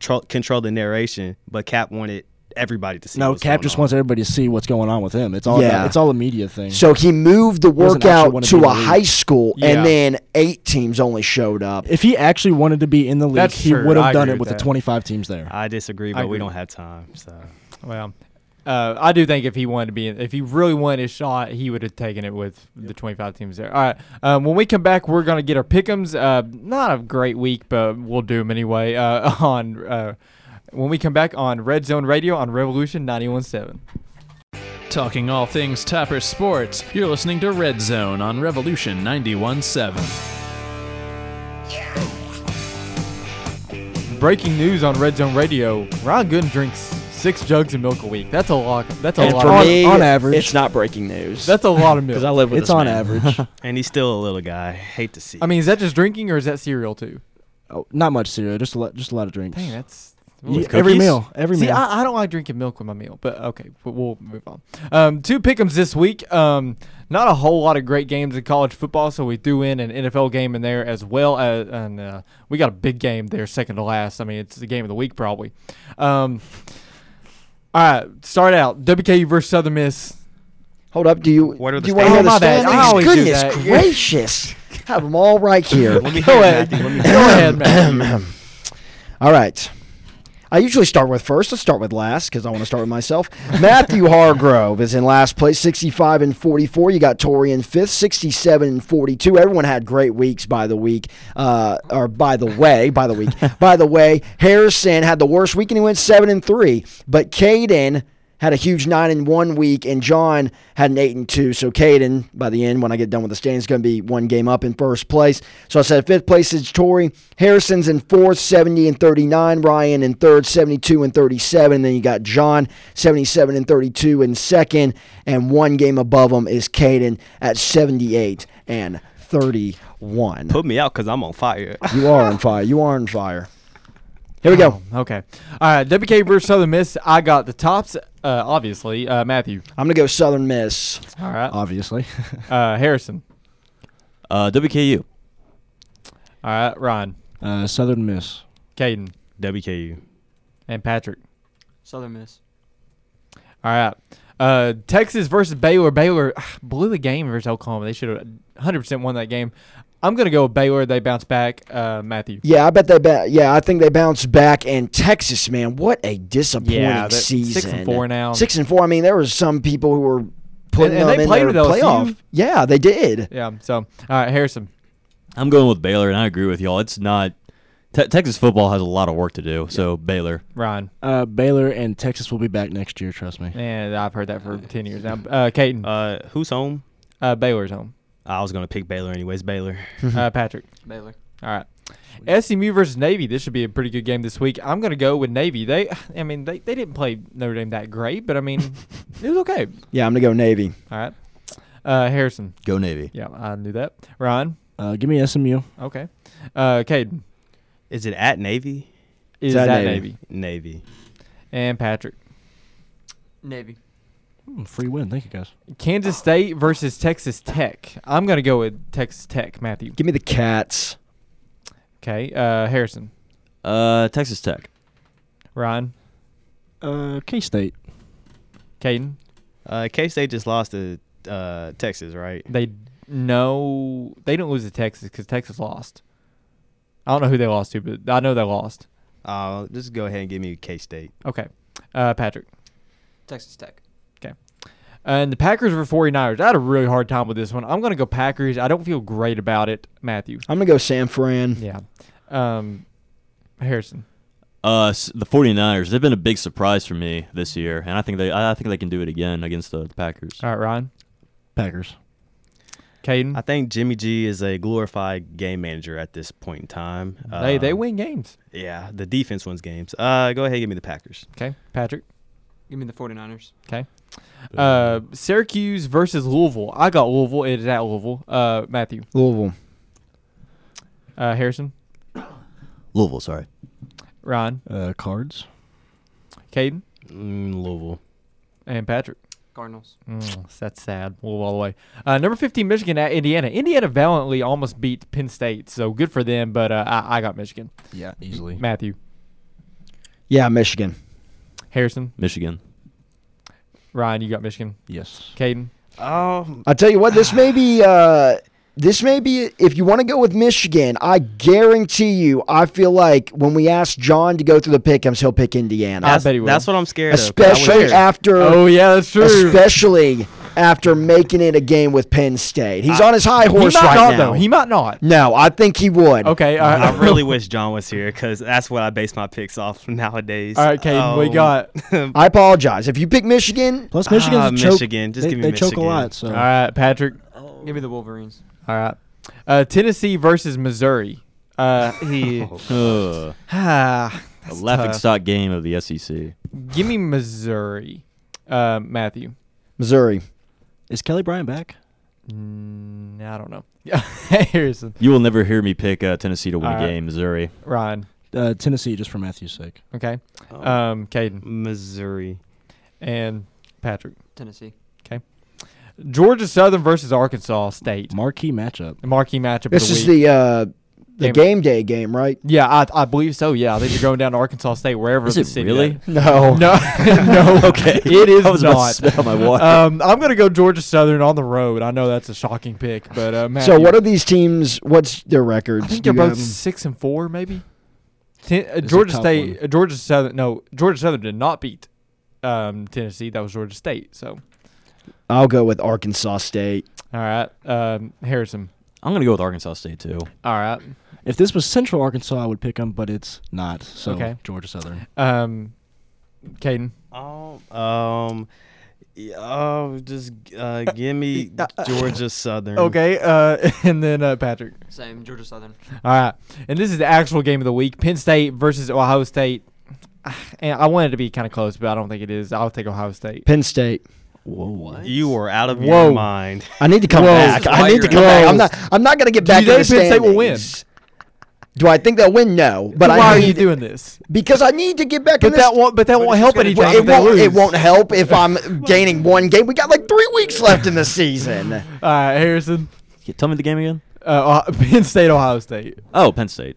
F: tro- control the narration, but Cap wanted everybody to see.
E: no,
F: what's
E: Cap
F: going
E: just
F: on.
E: wants everybody to see what's going on with him. It's all
C: Yeah.
E: about- it's all a media thing.
C: So he moved the
E: doesn't actually
C: workout
E: wanna
C: to
E: be in
C: a
E: the league.
C: high school,
B: Yeah.
C: and then eight teams only showed up.
E: if he actually wanted to be in the league,
B: That's
E: he
B: true.
E: would
B: I
E: have done
B: agree
E: it
B: with
E: with
B: that.
E: the 25 teams there.
F: I disagree,
B: I
F: but we
B: agree.
F: don't have time. So
B: Well, uh, I do think if he wanted to be, in, if he really wanted his shot, he would have taken it with the 25 teams there. All right. Um, when we come back, we're going to get our pickums. Uh, not a great week, but we'll do them anyway. Uh, <laughs> on uh, when we come back on Red Zone Radio on Revolution 91.7.
A: Talking all things Topper Sports, you're listening to Red Zone on Revolution 91.7.
B: Breaking news on Red Zone Radio: Ron Gooden drinks six jugs of milk a week. That's a lot. That's a
C: And
B: lot.
C: for
B: Of milk.
C: me,
E: on average.
C: it's not breaking news.
B: That's a lot
C: <laughs>
B: of milk.
C: because I live with
E: it's
C: this
E: on
C: man.
E: average.
C: <laughs>
F: and he's still a little guy. Hate to see.
B: I mean, is that just drinking or is that cereal too?
E: oh, not much cereal, just a lot, just a lot of drinks.
B: Dang, that's
E: Yeah, every
D: cookies?
E: meal, every
B: See,
E: meal.
B: I, I don't like drinking milk with my meal, but okay, but we'll move on. Um, two pickums this week. Um, not a whole lot of great games in college football, so we threw in an NFL game in there as well. As, and uh, we got a big game there, second to last. I mean, it's the game of the week probably. Um, all right, start out WKU versus Southern Miss.
C: Hold up. Do you,
F: What are the
C: do you want to
B: standings?
C: hear
B: Oh, my bad. I
C: the
B: always
C: standings?
B: do
C: Goodness
B: that.
C: gracious. Have them all right here.
F: Let me
B: Go
F: hear it,
B: ahead.
F: Matthew. Let me
B: Go ahead, man.
C: All right. I usually start with first. Let's start with last because I want to start with
B: <laughs>
C: myself. Matthew Hargrove is in last place, 65 and 44. You got Tori in fifth, 67 and 42. Everyone had great weeks by the week, uh, or by the way, by
B: <laughs>
C: the week, by the way. Harrison had the worst week and he went seven and three. But Caden had a huge nine and one week, and John had an eight and two. So Caden, by the end, when I get done with the standings, is going to be one game up in first place. So I said fifth place is Tory. Harrison's in fourth, 70 and 39. Ryan in third, 72 and 37. And then you got John, 77 and 32 in second. And one game above him is Caden at 78 and 31.
F: Put me out because I'm
C: <laughs>
F: on fire.
C: You are on fire. You are on fire. Here we go.
B: Okay. All right. WK versus Southern Miss. I got the tops, uh, obviously. Uh, Matthew.
C: I'm going to go Southern Miss.
B: All right.
E: obviously. <laughs>
B: Uh, Harrison.
D: Uh, WKU.
B: All right. Ryan.
E: Uh, Southern Miss.
B: Caden.
F: WKU.
B: And Patrick.
G: Southern Miss.
B: All right. Uh, Texas versus Baylor. Baylor ah, blew the game versus Oklahoma. They should have 100% won that game. I'm going to go with Baylor. They bounce back. Uh, Matthew.
C: Yeah, I bet they. Ba- yeah, I think they bounced back. And Texas, man, what a disappointing
B: Yeah, they're
C: season.
B: six and four now.
C: Six and four. I mean, there were some people who were putting
B: And- and
C: them
B: they
C: in
B: played
C: their
B: with LSU.
C: playoff. Yeah, they did.
B: Yeah. So, all right. Harrison.
D: I'm going with Baylor, and I agree with y'all. It's not te- Texas football has a lot of work to do. So Baylor.
B: Ryan.
E: Uh, Baylor and Texas will be back next year. Trust me.
B: And I've heard that for 10 years now. Uh, Caden.
F: Uh, who's home?
B: Uh, Baylor's home.
F: I was gonna pick Baylor anyways. Baylor.
B: Uh, Patrick.
G: Baylor.
B: All right. SMU versus Navy. This should be a pretty good game this week. I'm going to go with Navy. They, <sighs> I mean, they, they didn't play Notre Dame that great, but I mean, it was okay.
C: Yeah, I'm gonna go Navy.
B: All right. Uh, Harrison.
D: Go Navy.
B: Yeah, I knew that. Ryan.
E: Uh, give me SMU.
B: Okay. Uh, Caden.
F: Is it at Navy?
B: Is
C: at
B: that Navy.
C: Navy.
F: Navy.
B: And Patrick.
G: Navy.
E: Hmm, free win. Thank you guys.
B: Kansas State versus Texas Tech. I'm going to go with Texas Tech, Matthew.
C: Give me the Cats.
B: Okay. Uh, Harrison.
D: Uh, Texas Tech.
B: Ryan.
E: Uh, K State.
B: Caden.
F: Uh, K State just lost to uh, Texas, right?
B: They no, they didn't lose to Texas because Texas lost. I don't know who they lost to, but I know they lost.
F: Uh, just go ahead and give me K State.
B: Okay. Uh, Patrick.
G: Texas Tech.
B: And the Packers were 49ers. I had a really hard time with this one. I'm going to go Packers. I don't feel great about it, Matthew.
C: I'm gonna go San
B: <laughs>
C: Fran.
B: Yeah. Um, Harrison.
D: Uh, s- the 49ers. They've been a big surprise for me this year, and I think they I I think they can do it again against the Packers.
B: All right, Ryan.
E: Packers.
B: Caden.
F: I think Jimmy G is a glorified game manager at this point in time.
B: they,
F: Um,
B: they win games.
F: Yeah, the defense wins games. Uh, go ahead, give me the Packers.
B: Okay. Patrick.
G: Give me the 49ers.
B: Uh, Syracuse versus Louisville. I got Louisville. It is at Louisville. Uh, Matthew.
C: Louisville.
B: Uh, Harrison.
D: Louisville. Sorry.
B: Ryan.
E: Uh, Cards.
B: Caden.
F: Mm, Louisville.
B: And Patrick.
G: Cardinals.
B: Mm, that's sad. Well, all the way. Uh, number 15, Michigan at Indiana. Indiana valiantly almost beat Penn State, so good for them, but uh, I, I got Michigan.
E: Yeah, easily.
B: Matthew,
C: Yeah, Michigan.
B: Harrison,
D: Michigan.
B: Ryan, you got Michigan.
E: yes.
B: Caden,
F: Um,
C: I tell you what, this may be. Uh, this may be if you want to go with Michigan. I guarantee you. I feel like when we ask John to go through the pickems, he'll pick Indiana.
B: I Oh, bet he will.
F: that's what I'm scared of. 'cause I
C: especially
F: wouldn't-
C: after
B: yeah, that's
C: especially after making it a game with Penn State. He's on his high
B: he might
C: horse right
B: not,
C: now.
B: though. He might not.
C: no, I think he would.
B: Okay, all
F: I
B: right. <laughs>
F: really wish John was here because that's what I base my picks off <laughs> nowadays.
B: all right, Caden, we
F: Um, <laughs>
B: got.
C: I apologize. If you pick Michigan,
E: Plus Michigan's
F: Ah,
E: a choke.
F: Michigan. Just
E: they,
F: give me
E: they choke
F: Michigan.
E: a lot. So
B: All right, Patrick.
G: Give me the Wolverines.
B: All right. Uh, Tennessee versus Missouri. Uh, he.
D: Uh,
B: ah,
D: a
B: that's
D: laughing
B: tough.
D: stock game of the E SEC.
B: Give me Missouri. Uh, Matthew.
C: Missouri.
E: is Kelly Bryant back?
B: Mm, I don't <laughs> know. Harrison,
D: You will never hear me pick uh, Tennessee to win
B: All
D: a
B: right.
D: game. Missouri.
B: Ryan,
E: Uh, Tennessee, just for Matthew's sake.
B: okay, um, Caden,
F: Missouri.
B: and Patrick.
G: Tennessee.
B: Georgia Southern versus Arkansas State.
E: Marquee matchup.
B: The marquee matchup.
C: This
B: of
C: is
B: the week.
C: the uh, the
B: Game-
C: game day game, right?
B: Yeah, I, I believe so. Yeah, I think you're going down to Arkansas State, wherever
D: Is
B: the
D: it
B: city
D: really?
B: that-
C: No.
B: <laughs> No, no.
D: Okay.
B: <laughs> it is
D: I was about
B: not.
D: to spit out my water.
B: Um, I'm gonna go Georgia Southern on the road. I know that's a shocking pick, but uh,
C: So
B: Matthew-
C: what are these teams? What's their records?
B: I think
C: Do
B: they're
C: you
B: both
C: have 'em?
B: six and four, maybe. Ten, uh,
E: a
B: Georgia
E: tough
B: State,
E: one.
B: uh, Georgia Southern. No, Georgia Southern did not beat um, Tennessee. That was Georgia State. So,
C: I'll go with Arkansas State.
B: all right, um, Harrison.
D: I'm gonna go with Arkansas State too.
B: All right.
E: If this was Central Arkansas, I would pick them, but it's not. So
B: Okay.
E: Georgia Southern.
B: Um, Caden.
F: Um, um, yeah, oh, just uh,
B: <laughs>
F: give me Georgia Southern.
B: Okay, uh, <laughs> and then uh, Patrick.
G: Same, Georgia Southern.
B: All right, and this is the actual game of the week: Penn State versus Ohio State. <sighs> And I wanted to be kind of close, but I don't think it is. I'll take Ohio State.
C: Penn State.
E: Whoa, what?
F: You were out of
B: Whoa.
F: your mind.
C: I need to come
B: Whoa.
C: back. I
G: Why
C: need to
G: you're
B: in-
C: come back. I'm
B: Whoa.
C: not. I'm not going to get
B: Do
C: back.
B: you
C: in the
B: think Penn State will win?
C: standings. Do I think they'll win? No, but I
B: why are
C: need,
B: you doing this?
C: because I need to get back in
B: But
C: this.
B: that won't. But that
G: But
B: won't
G: it's
B: help
G: gonna-
B: any
C: Well,
B: time.
C: it
B: if they
C: won't. It
B: lose.
C: won't help
B: <laughs>
C: if I'm gaining one game. We got like three weeks left in
G: <laughs>
C: the season.
B: All right, Harrison.
D: Yeah, Tell me the game again.
B: Uh, Ohio- <laughs> Penn State, Ohio
C: <laughs>
B: State.
D: Oh, Penn State.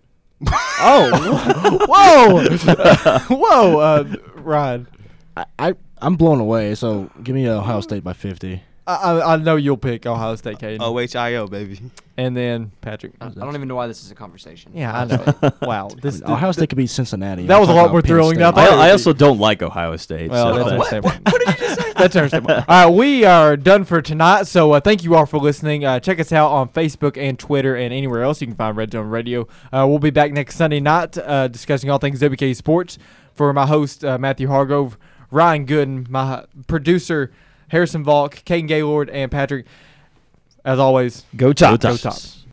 B: Oh, whoa, <laughs> whoa, uh, Ryan.
E: I, I I'm blown away. So give me Ohio State by 50.
B: I, I, I know you'll pick Ohio State, Caden,
F: <laughs>
C: Oh,
F: O H I O baby.
B: and then Patrick.
G: I, I don't even know why this is a conversation.
B: Yeah, I know.
C: <laughs>
B: wow, this
E: Ohio
B: th-
E: State could be Cincinnati.
B: That
E: I'm
B: was a
E: talking
B: lot
E: about
B: more
E: Penn
B: thrilling than I
E: State.
B: thought.
D: I, I also don't like Ohio State.
B: Well,
D: so
B: that's
D: that-
B: understandable. That's understandable. <laughs> All right, we are done for tonight. So uh, thank you all for listening. Uh, check us out on Facebook and Twitter and anywhere else you can find Red Zone Radio. Uh, we'll be back next Sunday night uh, discussing all things WK sports. For my host uh, Matthew Hargrove, Ryan Gooden, my producer Harrison Valk, Kane Gaylord, and Patrick. As always,
C: Go top.
D: Go
B: Tops.